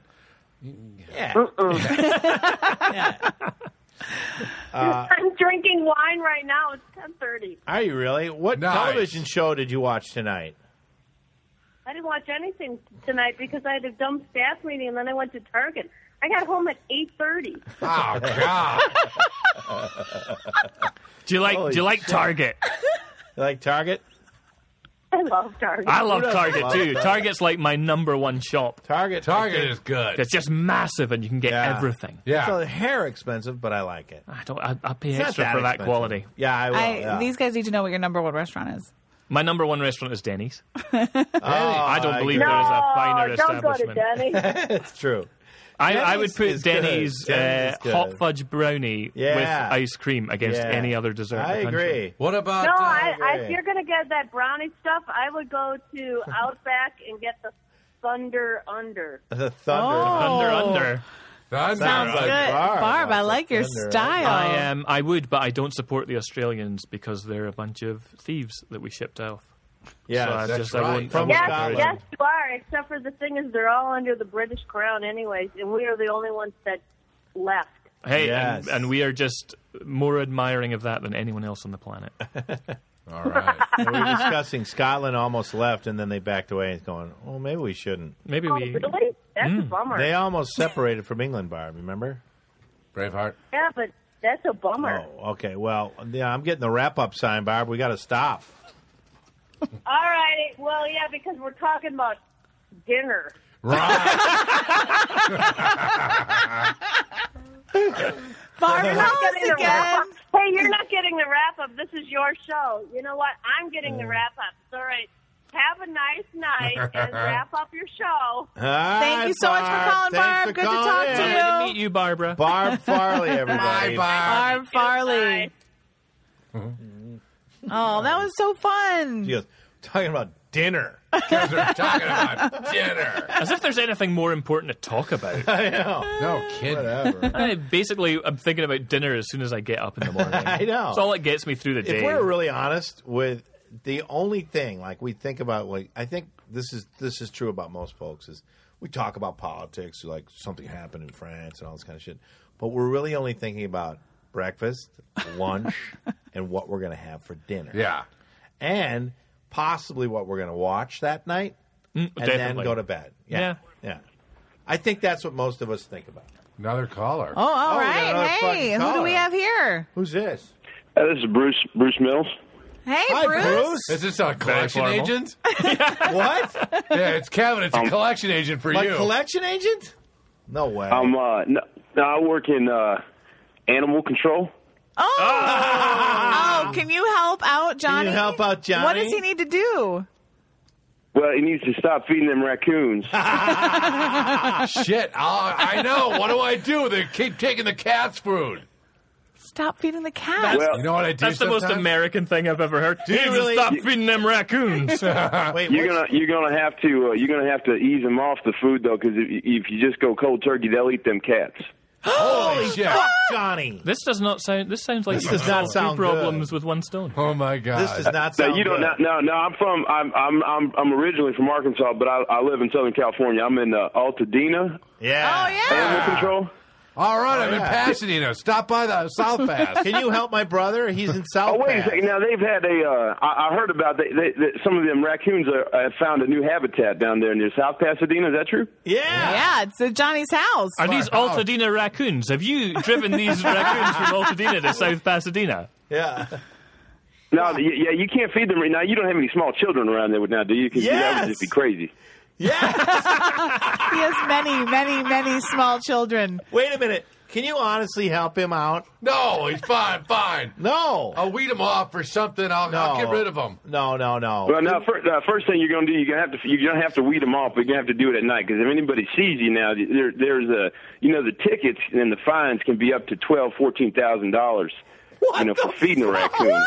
S1: Yeah. Uh,
S6: I'm drinking wine right now. It's ten thirty.
S1: Are you really? What
S4: Nice.
S1: television show did you watch tonight?
S6: I didn't watch anything tonight because I had a dumb staff meeting, and then I went to Target. I got home at eight thirty.
S4: Oh, God.
S3: Do you like,
S1: Holy
S3: do you like
S1: shit.
S3: Target?
S1: You like Target?
S6: I love Target.
S3: I love
S1: doesn't
S3: Target
S1: love
S3: too.
S1: Target?
S3: Target's like my number one shop.
S1: Target.
S4: Target is good.
S3: It's just massive, and you can get
S1: Yeah.
S3: everything.
S1: It's
S4: Yeah.
S1: a hair expensive, but I like it.
S3: I don't. I, I pay
S1: It's not
S3: extra for that
S1: expensive.
S3: quality.
S1: Yeah, I will.
S2: I
S1: yeah.
S2: these guys need to know what your number one restaurant is.
S3: My number one restaurant is Denny's.
S1: Oh,
S3: I don't believe
S6: no,
S3: there is a finer
S6: don't go to
S3: establishment.
S6: Denny.
S1: it's true.
S3: I, I would
S1: Denny's
S3: put
S1: is good.
S3: Denny's,
S1: Denny's
S3: uh,
S1: is good.
S3: hot fudge brownie with
S1: Yeah.
S3: ice cream against
S1: Yeah.
S3: any other dessert.
S1: I
S3: in the country.
S1: agree.
S4: What about.
S6: No,
S4: uh,
S6: I, I, if
S1: agree.
S6: you're gonna get that brownie stuff, I would go to Outback and get the Thunder Under.
S1: The thunder.
S2: Oh.
S3: Under under.
S4: Thunder
S2: Sounds
S4: Under?
S2: good,
S1: Barb,
S2: Barb. I
S1: that's
S2: like
S1: a
S2: your
S1: thunder,
S2: style.
S3: I um, I would, but I don't support the Australians because they're a bunch of thieves that we shipped off. So
S1: Yeah,
S3: I
S1: it's-
S4: that's
S3: just
S4: right.
S3: I won't,
S1: From
S3: I won't
S6: Yes,
S1: Scotland.
S3: encourage
S6: yes, you are. Except for the thing is, they're all under the British crown, anyways, and we are the only ones that left.
S3: it. Hey,
S1: Yes.
S3: and, and we are just more admiring of that than anyone else on the planet.
S4: All right.
S1: we were discussing Scotland almost left, and then they backed away and going, "Oh, maybe we shouldn't."
S3: Maybe
S6: Oh,
S3: we.
S6: really? That's
S3: Mm.
S6: a bummer.
S1: They almost separated from England, Barb. Remember?
S4: Braveheart.
S6: yeah, but that's a bummer.
S1: Oh, okay. Well, yeah, I'm getting the wrap up sign, Barb. We got to stop.
S6: All right. Well, yeah, because we're talking about dinner.
S4: Right.
S2: Barb
S6: Getting
S2: House
S6: the
S2: again.
S6: wrap-up. Hey, you're not getting the wrap up. This is your show. You know what? I'm getting the wrap up. It's all right. Have a nice night and wrap up your show.
S1: Thank
S2: you so much for calling, Barb. Good to talk to you.
S3: Good to meet you, Barbara.
S1: Barb Farley,
S4: Bye,
S1: everybody.
S4: Bob.
S2: Barb Farley.
S1: Mm-hmm.
S2: Oh, that was so fun.
S1: She goes, talking about dinner.
S4: Guys are talking about dinner.
S3: As if there's anything more important to talk about.
S1: I know.
S4: No kidding.
S1: Whatever.
S3: I basically, I'm thinking about dinner as soon as I get up in the morning.
S1: I know.
S3: It's all that gets me through the
S1: if
S3: day.
S1: we're really honest with the only thing like we think about like i think this is this is true about most folks is we talk about politics like something happened in france and all this kind of shit but we're really only thinking about breakfast lunch and what we're going to have for dinner
S4: Yeah.
S1: and possibly what we're going to watch that night and
S3: definitely.
S1: then go to bed
S3: Yeah.
S1: yeah yeah i think that's what most of us think about
S4: Another caller.
S2: Oh, all
S1: Oh, we got
S2: right.
S1: another
S2: Hey,
S1: fucking
S2: who do we
S1: caller.
S2: have here?
S1: who's this
S7: Uh, this is Bruce Bruce Mills.
S2: Hey,
S1: hi
S2: Bruce.
S1: bruce,
S4: Is this a collection
S3: formal.
S4: agent?
S1: what
S4: yeah, it's Kevin. It's a collection agent for
S1: Um, my
S4: you.
S1: collection agent no way
S7: I'm uh, no, no, I work in uh, animal control.
S2: Oh. Oh, can you help out Johnny?
S1: Ah. help out Johnny?
S2: What does he need to do?
S7: Well, he needs to stop feeding them raccoons.
S4: Shit. i I know. What do I do? They keep taking the cat's food.
S2: Stop feeding the cat.
S7: Well,
S4: You know what I do?
S3: That's the most
S4: sometimes?
S3: American thing I've ever heard. Dude,
S1: really-
S3: stop feeding them
S1: Wait,
S3: raccoons.
S7: you're
S1: what's-
S7: gonna you're gonna have to uh, you're gonna have to ease them off the food though, because if, if you just go cold turkey, they'll eat them cats.
S4: Holy shit.
S1: Johnny.
S3: this does not sound. This sounds like
S1: This
S3: you
S1: does
S3: can
S1: not
S3: solve two
S1: sound good.
S3: problems with one stone.
S4: Oh my god.
S1: This does not
S7: No,
S1: sound
S7: you don't.
S1: good.
S7: No, no, I'm from. I'm. I'm. I'm. I'm originally from Arkansas, but I, I live in Southern California. I'm in uh, Altadena
S1: Yeah.
S2: Oh, yeah.
S7: Animal Control.
S4: All right, I'm in
S1: yeah.
S4: Pasadena. Stop by the South Pass.
S1: Can you help my brother? He's in South.
S7: Oh wait a
S1: Pass.
S7: second! Now they've had a. Uh, I, I heard about they, they, that some of them raccoons are, have found a new habitat down there near South Pasadena. Is that true?
S1: Yeah.
S2: Yeah, it's at Johnny's house.
S3: Are these
S4: Wow.
S3: Altadena raccoons? Have you driven these raccoons from Altadena to South Pasadena?
S1: Yeah.
S7: No, y- yeah, you can't feed them right now. You don't have any small children around there now, do you? 'Cause that
S1: Yes.
S7: would just be crazy.
S1: Yeah.
S2: He has many, many, many small children.
S1: wait a minute. Can you honestly help him out?
S4: No, he's fine, fine.
S1: No.
S7: Oh.
S4: I'll weed him off or something. I'll, I'll
S1: No.
S4: get rid of him.
S1: No. No. No.
S7: Well, now fir- uh, first thing you're going to do, you're going to have to you're going to have to weed them off, but you're going to have to do it at night. Because if anybody sees you now, there, there's a you know the tickets and the fines can be up to twelve, fourteen thousand dollars. You know, for feeding a raccoon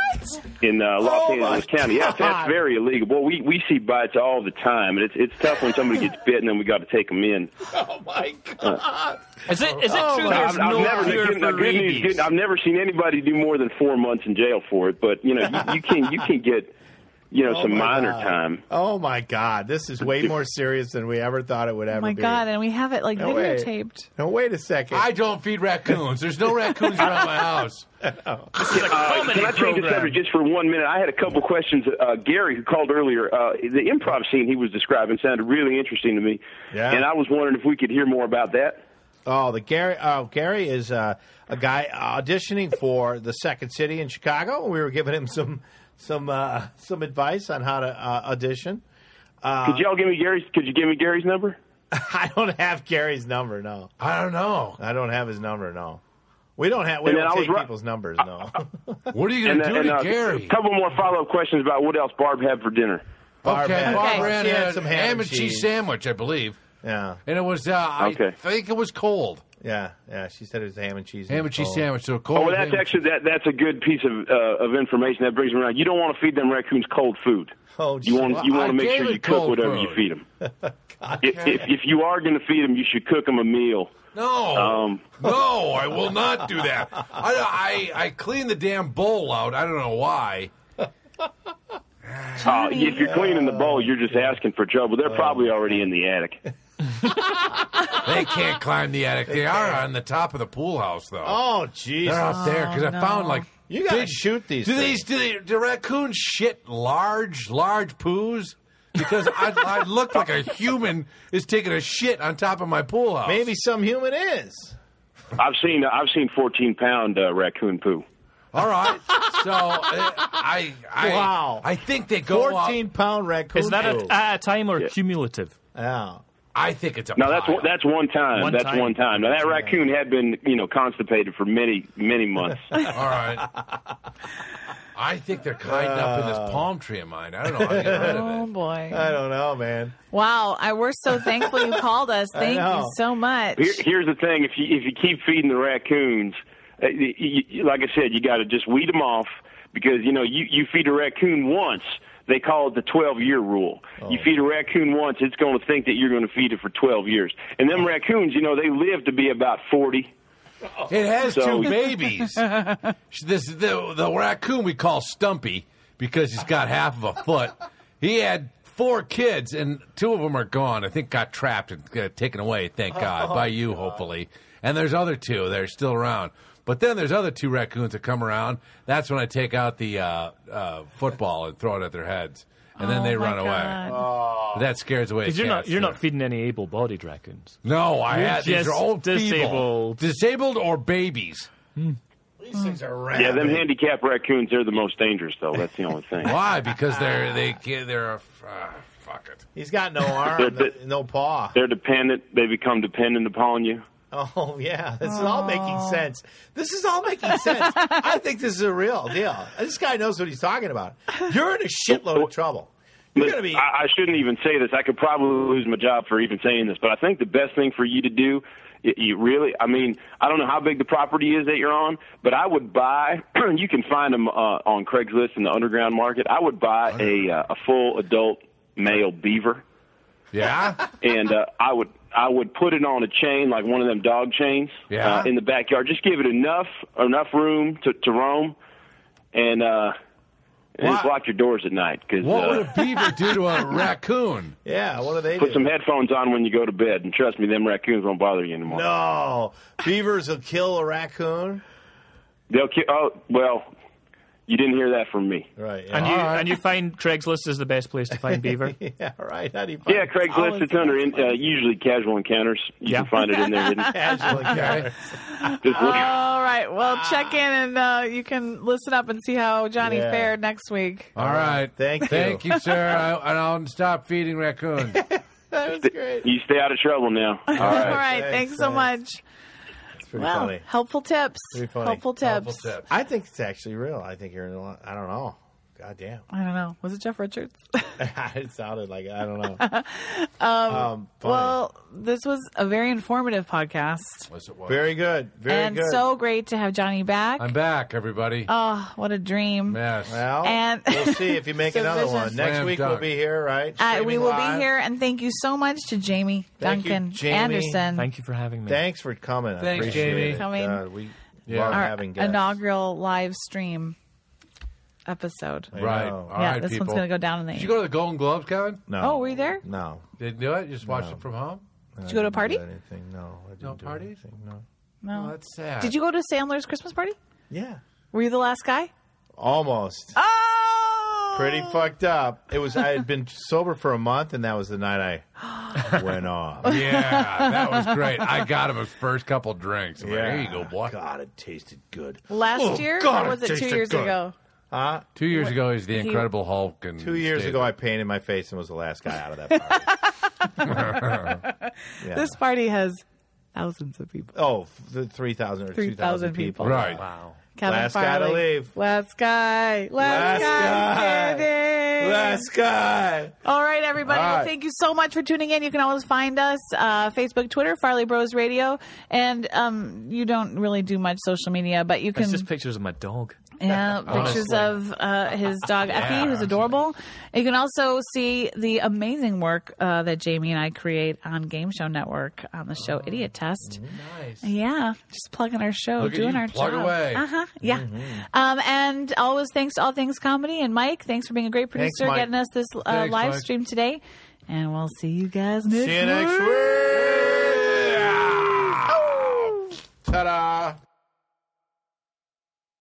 S7: in uh, Los
S1: Oh, my
S7: Angeles County. Yes,
S1: God.
S7: that's very illegal. Well, we we see bites all the time, and it's it's tough when somebody gets bit, and then we got to take them in.
S4: Oh my
S7: Uh,
S4: god.
S3: Is it is it
S1: Oh,
S3: true
S7: Now,
S3: there's
S7: I've, I've
S3: no
S7: never
S3: cure
S7: good,
S3: for
S7: good news,
S3: rabies?
S7: good, I've never seen anybody do more than four months in jail for it. But you know, you, you can you can get you know
S1: Oh,
S7: some
S1: my
S7: minor
S1: God.
S7: time.
S1: Oh my God! This is way more serious than we ever thought it would ever
S2: Oh my
S1: be.
S2: God, and we have it like
S1: No way.
S2: videotaped.
S1: No, wait a second.
S4: I don't feed raccoons. There's no raccoons around my house.
S7: Uh,
S3: comedy
S7: can I change the
S3: program.
S7: subject just for one minute? I had a couple questions. Uh, Gary, who called earlier, uh, the improv scene he was describing sounded really interesting to me.
S1: Yeah.
S7: And I was wondering if we could hear more about that.
S1: Oh, the Gary. Oh, Gary is uh, a guy auditioning for the Second City in Chicago. We were giving him some some uh, some advice on how to uh, audition.
S7: Could y'all give me Gary's? Could you give me Gary's number?
S1: I don't have Gary's number. No,
S4: I don't know.
S1: I don't have his number. No, we don't have. We
S7: And then
S1: don't
S7: I was
S1: take
S7: ri-
S1: people's numbers. No.
S4: What are you going to do to
S7: uh,
S4: Gary?
S7: a couple more follow-up questions about what else Barb had for dinner.
S1: Barb
S4: okay,
S1: had-
S4: Barbara
S1: she
S4: had,
S1: had
S4: a
S1: some
S4: ham, and cheese. sandwich, I believe.
S1: Yeah,
S4: And it was, uh, I
S7: Okay.
S4: think it was cold.
S1: yeah, yeah. She said it was ham and cheese.
S4: Ham and cheese
S1: Oh.
S4: sandwich. So cold.
S7: Oh, well, that's
S4: ham-
S7: actually that. That's a good piece of uh, of information that brings me around. You don't want to feed them raccoons cold food.
S1: Oh,
S7: You want
S1: geez.
S7: you
S4: Well,
S7: want
S4: I
S7: to make
S4: gave
S7: sure
S4: it
S7: you cook
S4: cold
S7: whatever
S4: food.
S7: you feed them. if, if if you are going to feed them, you should cook them a meal.
S4: No,
S7: Um,
S4: no, I will not do that. I, I I cleaned the damn bowl out. I don't know why.
S7: Oh, if you're cleaning the bowl, you're just asking for trouble.
S4: Oh,
S7: They're probably already in the attic.
S4: They can't climb the attic. They are on the top of the pool house, though.
S1: Oh,
S4: They're
S1: jeez.
S4: up there because I
S2: no.
S4: found like
S1: You gotta
S4: big-
S1: shoot these.
S4: Do
S1: things.
S4: these do, they, do raccoons shit large large poos? Because I, I look like a human is taking a shit on top of my pool house.
S1: Maybe some human is.
S7: I've seen I've seen 14 pound uh, raccoon poo.
S4: All right. So uh, I, I
S1: Wow.
S4: I think they go
S1: Fourteen
S4: up.
S1: pound raccoon.
S3: Is that
S1: poo.
S3: a, at a time or cumulative?
S1: Yeah.
S4: I think it's a
S7: No, that's
S4: pile.
S7: one, that's one time.
S3: One
S7: that's
S3: time.
S7: one time. Now that raccoon had been you know constipated for many many months.
S4: All right. I think they're hiding up in
S1: Uh.
S4: this palm tree of mine. I don't know how to get rid of
S2: Oh
S4: it.
S2: boy!
S1: I don't know, man.
S2: Wow, I we're so thankful you called us. Thank you
S1: know.
S2: so much.
S7: Here, here's the thing: if you if you keep feeding the raccoons, uh, you, you, like I said, you got to just weed them off because you know you you feed a raccoon once. They call it the 12 year rule. You feed a raccoon once, it's going to think that you're going to feed it for 12 years. And them raccoons, you know, they live to be about 40.
S4: It has
S7: So-
S4: two babies. this the, the raccoon we call Stumpy because he's got half of a foot. He had four kids, and two of them are gone. I think got trapped and uh, taken away.
S3: Oh,
S4: Thank God by you, hopefully. And there's other two that are still around. But then there's other two raccoons that come around. That's when I take out the uh, uh, football and throw it at their heads, and then
S2: Oh,
S4: they
S2: my
S4: run away.
S2: God.
S4: That scares away.
S3: Because you're not
S4: cats,
S3: you're not
S4: too.
S3: feeding any able-bodied raccoons.
S4: No, I
S3: You're
S4: had these
S3: just
S4: are all feeble.
S3: disabled.
S4: disabled or babies.
S1: These things are
S7: Yeah, them handicapped raccoons, they're the most dangerous, though. That's the only thing.
S4: Why? Because they're they can't- they're uh, fuck it.
S1: He's got no arm,
S7: They're-
S1: no paw.
S7: They're dependent. They become dependent upon you.
S1: Oh yeah, this is all making sense. This is all making sense. I think this is a real deal. This guy knows what he's talking about. You're in a shitload of trouble. You're
S7: Listen,
S1: gonna be.
S7: I, I shouldn't even say this. I could probably lose my job for even saying this, but I think the best thing for you to do, y- you really, I mean, I don't know how big the property is that you're on, but I would buy. you can find them uh, on Craigslist in the underground market. I would buy a uh, a full adult male beaver,
S4: Yeah,
S7: and uh, I would. I would put it on a chain, like one of them dog chains,
S4: Yeah.
S7: uh, in the backyard. Just give it enough enough room to, to roam, and uh, and
S4: Why-
S7: just lock your doors at night. Cause,
S4: what
S7: uh,
S4: would a beaver do to a raccoon?
S1: yeah. What do they
S7: Put
S1: do?
S7: some headphones on when you go to bed, and trust me, them raccoons won't bother you anymore.
S1: no, beavers will kill a raccoon.
S7: They'll ki- Oh well, you didn't hear that from me.
S1: Right.
S3: And
S1: Yeah.
S3: you and you find Craigslist is the best place to find beaver.
S1: yeah. Right. How do you find
S7: Yeah, Craigslist. It's under in, uh, usually casual encounters. You
S3: Yeah.
S7: can find it in there. hidden.
S1: Casual
S4: Okay.
S7: Just
S1: Oh.
S7: look.
S2: All right. Well,
S1: Ah.
S2: check in and uh, you can listen up and see how Johnny
S1: Yeah.
S2: fared next week.
S4: All right,
S1: Thank you.
S4: thank you, sir. I, and I'll stop feeding raccoons.
S1: That was great.
S7: you stay out of trouble now. All
S2: All
S7: right.
S2: right. Thanks,
S1: Thanks,
S2: so
S1: thanks.
S2: much.
S1: It's pretty
S2: Well,
S1: funny.
S2: helpful tips.
S1: Pretty funny.
S2: Helpful tips.
S4: Helpful tips.
S1: I think it's actually real. I think you're in a lot. I don't know. God damn.
S2: I don't know. Was it Jeff Richards?
S1: it sounded like I don't know. um, funny.
S2: well, this was a very informative podcast.
S4: Was it what?
S1: very good. Very
S2: and
S1: good.
S2: so great to have Johnny back.
S4: I'm back, everybody.
S2: oh, what a dream.
S4: yes.
S1: Um, well,
S2: and-
S1: we'll see if you make
S2: So
S1: another
S2: this is-
S1: one. Next
S4: Slam
S1: week we'll
S4: dunk.
S1: be here, right?
S2: Uh, we
S1: Streaming
S2: will
S1: live.
S2: be here, and thank you so much to Jamie
S1: Thank you,
S2: Duncan
S1: Jamie.
S2: Anderson,
S3: Thank you for having me.
S1: Thanks for coming. I
S4: Thanks,
S1: appreciate
S4: Jamie.
S1: it.
S2: Coming.
S1: God, we
S4: Yeah.
S1: love
S4: for
S2: our
S1: having guests.
S2: inaugural live stream episode.
S1: I
S4: Right.
S1: know.
S4: All
S2: yeah,
S4: right,
S2: this
S4: people.
S2: one's gonna go down in the.
S4: Did you go to the Golden Globes, Kevin?
S1: No.
S2: oh, were you there?
S1: No.
S4: Didn't do it. You just watched it from home.
S2: Did you go to a party?
S1: Did anything? No. I didn't
S4: No
S1: do
S4: parties?
S1: anything, No.
S4: Oh,
S2: No.
S4: that's sad.
S2: Did you go to Sandler's Christmas party?
S1: Yeah.
S2: Were you the last guy?
S1: Almost.
S2: Oh,
S1: Pretty fucked up. It was. I had been sober for a month, and that was the night I went off.
S4: Yeah, that was great. I got him his first couple drinks. I'm like,
S1: Yeah.
S4: Here you go, boy.
S1: God, it tasted good.
S2: Last
S4: Oh,
S2: year,
S4: God,
S2: or was
S4: it
S2: it two
S4: tasted
S2: years
S4: good.
S2: ago?
S4: Two years ago, he's the
S2: He-
S4: Incredible Hulk, and
S1: Two years
S4: stayed-
S1: ago, I painted my face and was the last guy out of that party. Yeah.
S2: This party has thousands of people.
S1: oh, th- 3,000 or 2,000
S2: 3,000
S1: people.
S2: people.
S4: right?
S3: Wow.
S2: Kevin
S1: Last guy to
S2: Farley.
S1: leave.
S2: Last guy. Last,
S1: Last guy.
S2: guy standing.
S1: Last guy.
S2: All right, everybody.
S1: All
S2: Well,
S1: right.
S2: thank you so much for tuning in. You can always find us uh, Facebook, Twitter, Farley Bros Radio, and um, you don't really do much social media, but you can
S3: It's just pictures of my dog.
S2: Yeah, pictures of uh, his dog Effie, who's adorable. You can also see the amazing work uh, that Jamie and I create on Game Show Network on the show Idiot Test.
S4: Nice.
S2: Yeah, just plugging our show,
S4: Look at
S2: doing
S4: you,
S2: our
S4: plug
S2: job.
S4: away. Mm-hmm.
S2: Uh huh. Yeah. Um, and always thanks to All Things Comedy and Mike. Thanks for being a great producer,
S1: Thanks, Mike.
S2: getting us this uh,
S4: Thanks,
S2: live
S4: Mike.
S2: stream today. And we'll see you guys next
S1: See you next
S2: week.
S1: week.